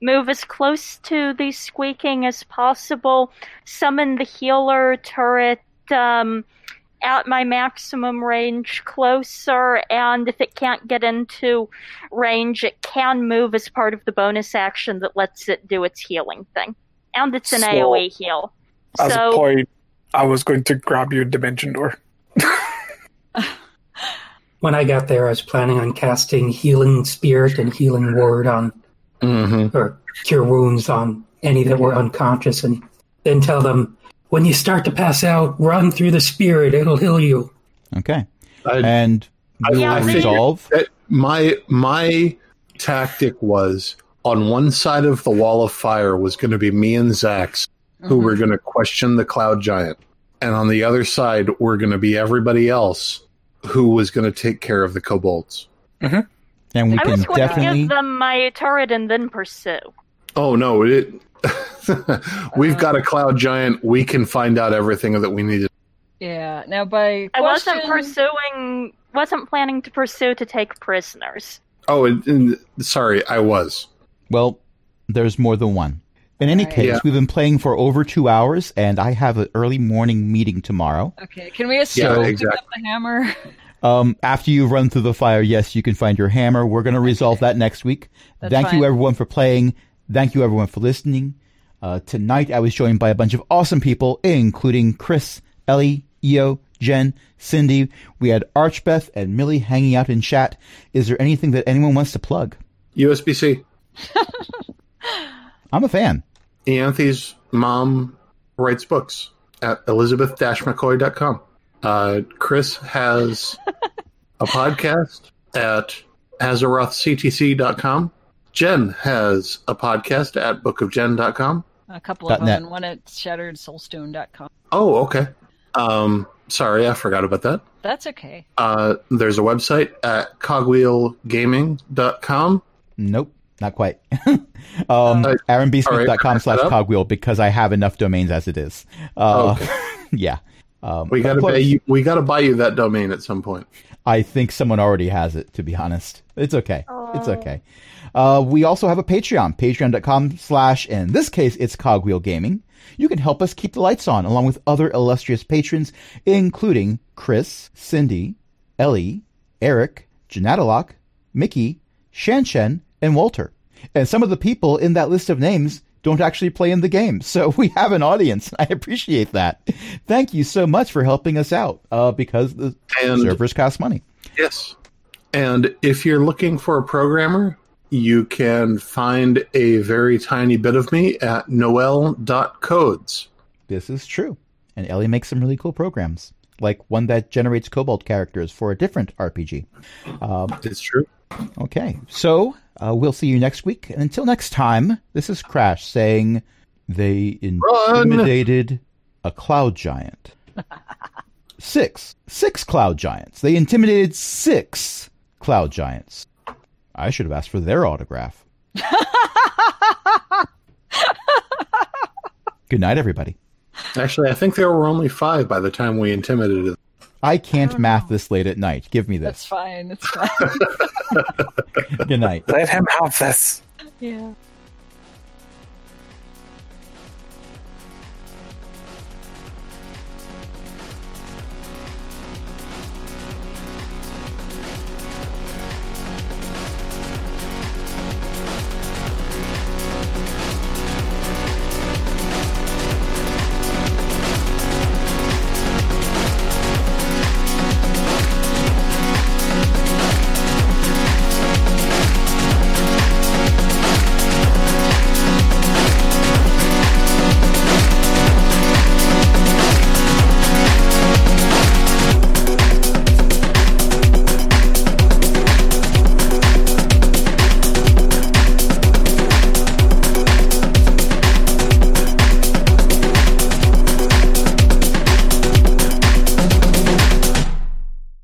Speaker 3: Move as close to the squeaking as possible. Summon the healer turret um, at my maximum range closer, and if it can't get into range, it can move as part of the bonus action that lets it do its healing thing. And it's an
Speaker 6: So-
Speaker 3: AoE heal.
Speaker 6: As a
Speaker 3: So,
Speaker 6: point, I was going to grab your dimension door.
Speaker 4: When I got there, I was planning on casting Healing Spirit and Healing Word on
Speaker 2: Mm-hmm.
Speaker 4: or cure wounds on any that were unconscious and then tell them when you start to pass out run through the spirit it'll heal you
Speaker 1: Okay.
Speaker 2: I,
Speaker 1: And
Speaker 2: I-
Speaker 1: will
Speaker 3: I figured-
Speaker 1: resolve.
Speaker 2: that- my my tactic was on one side of the wall of fire was going to be me and Zax, who were going to question the cloud giant, and on the other side were going to be everybody else who was going to take care of the kobolds.
Speaker 1: And we
Speaker 3: I
Speaker 1: can
Speaker 3: was going to
Speaker 1: definitely.
Speaker 3: give them my turret and then pursue.
Speaker 2: Oh no! It we've got a cloud giant. We can find out everything that we needed.
Speaker 5: Yeah. Now by
Speaker 3: I
Speaker 5: question,
Speaker 3: wasn't pursuing. Wasn't planning to pursue to take prisoners.
Speaker 2: Oh, and, and sorry, I was.
Speaker 1: Well, there's more than one. In any
Speaker 5: Right.
Speaker 1: case,
Speaker 2: Yeah.
Speaker 1: we've been playing for over two hours, and I have an early morning meeting tomorrow.
Speaker 5: okay, can we assume
Speaker 2: Yeah,
Speaker 5: we picked
Speaker 2: exactly.
Speaker 5: up the hammer?
Speaker 1: Um, after you run through the fire, yes, you can find your hammer. We're going to resolve that next week.
Speaker 5: That's
Speaker 1: Thank you,
Speaker 5: fine.
Speaker 1: everyone, for playing. Thank you, everyone, for listening. Uh, tonight, I was joined by a bunch of awesome people, including Chris, Ellie, Io, Jen, Cindy. We had Archbeth and Millie hanging out in chat. Is there anything that anyone wants to plug?
Speaker 2: USBC.
Speaker 1: I'm a fan.
Speaker 2: Ianthe's mom writes books at elizabeth-mccoy.com. Uh, Chris has a podcast at hazarothctc.com. Jen has a podcast at bookofjen.com.
Speaker 5: A couple
Speaker 1: Dot
Speaker 5: of
Speaker 1: net.
Speaker 5: them, and one at shatteredsoulstone.com.
Speaker 2: Oh, okay. Um, sorry, I forgot about that.
Speaker 5: That's okay.
Speaker 2: Uh, there's a website at cogwheelgaming.com.
Speaker 1: Nope, not quite. um,
Speaker 2: Uh,
Speaker 1: AaronBsmith.com slash
Speaker 2: that up. Oh,
Speaker 1: cogwheel because I have enough domains as it is. Uh, yeah. Um,
Speaker 2: We gotta
Speaker 1: but-
Speaker 2: buy you. We gotta buy you that domain at some point.
Speaker 1: I think someone already has it, to be honest. It's okay. It's okay. Uh, we also have a Patreon, patreon.com slash, in this case, it's Cogwheel Gaming. You can help us keep the lights on, along with other illustrious patrons, including Chris, Cindy, Ellie, Eric, Janatalock, Mickey, Shanshen, and Walter. And some of the people in that list of names don't actually play in the game. So we have an audience. I appreciate that. Thank you so much for helping us out uh, because the
Speaker 2: And-
Speaker 1: servers cost money.
Speaker 2: Yes. And if you're looking for a programmer, you can find a very tiny bit of me at noel.codes.
Speaker 1: This is true. And Ellie makes some really cool programs, like one that generates Cobalt characters for a different RPG.
Speaker 2: It's true.
Speaker 1: Okay, so uh, we'll see you next week. And until next time, this is Crash saying they
Speaker 2: Run!
Speaker 1: intimidated a cloud giant. six. Six cloud giants. They intimidated six cloud giants. I should have asked for their autograph. Good night, everybody.
Speaker 2: Actually, I think there were only five by the time we intimidated them.
Speaker 1: I can't math this late at night. Give me
Speaker 5: That's
Speaker 1: this.
Speaker 5: fine. It's fine.
Speaker 1: Good night.
Speaker 6: Let him have this.
Speaker 5: yeah.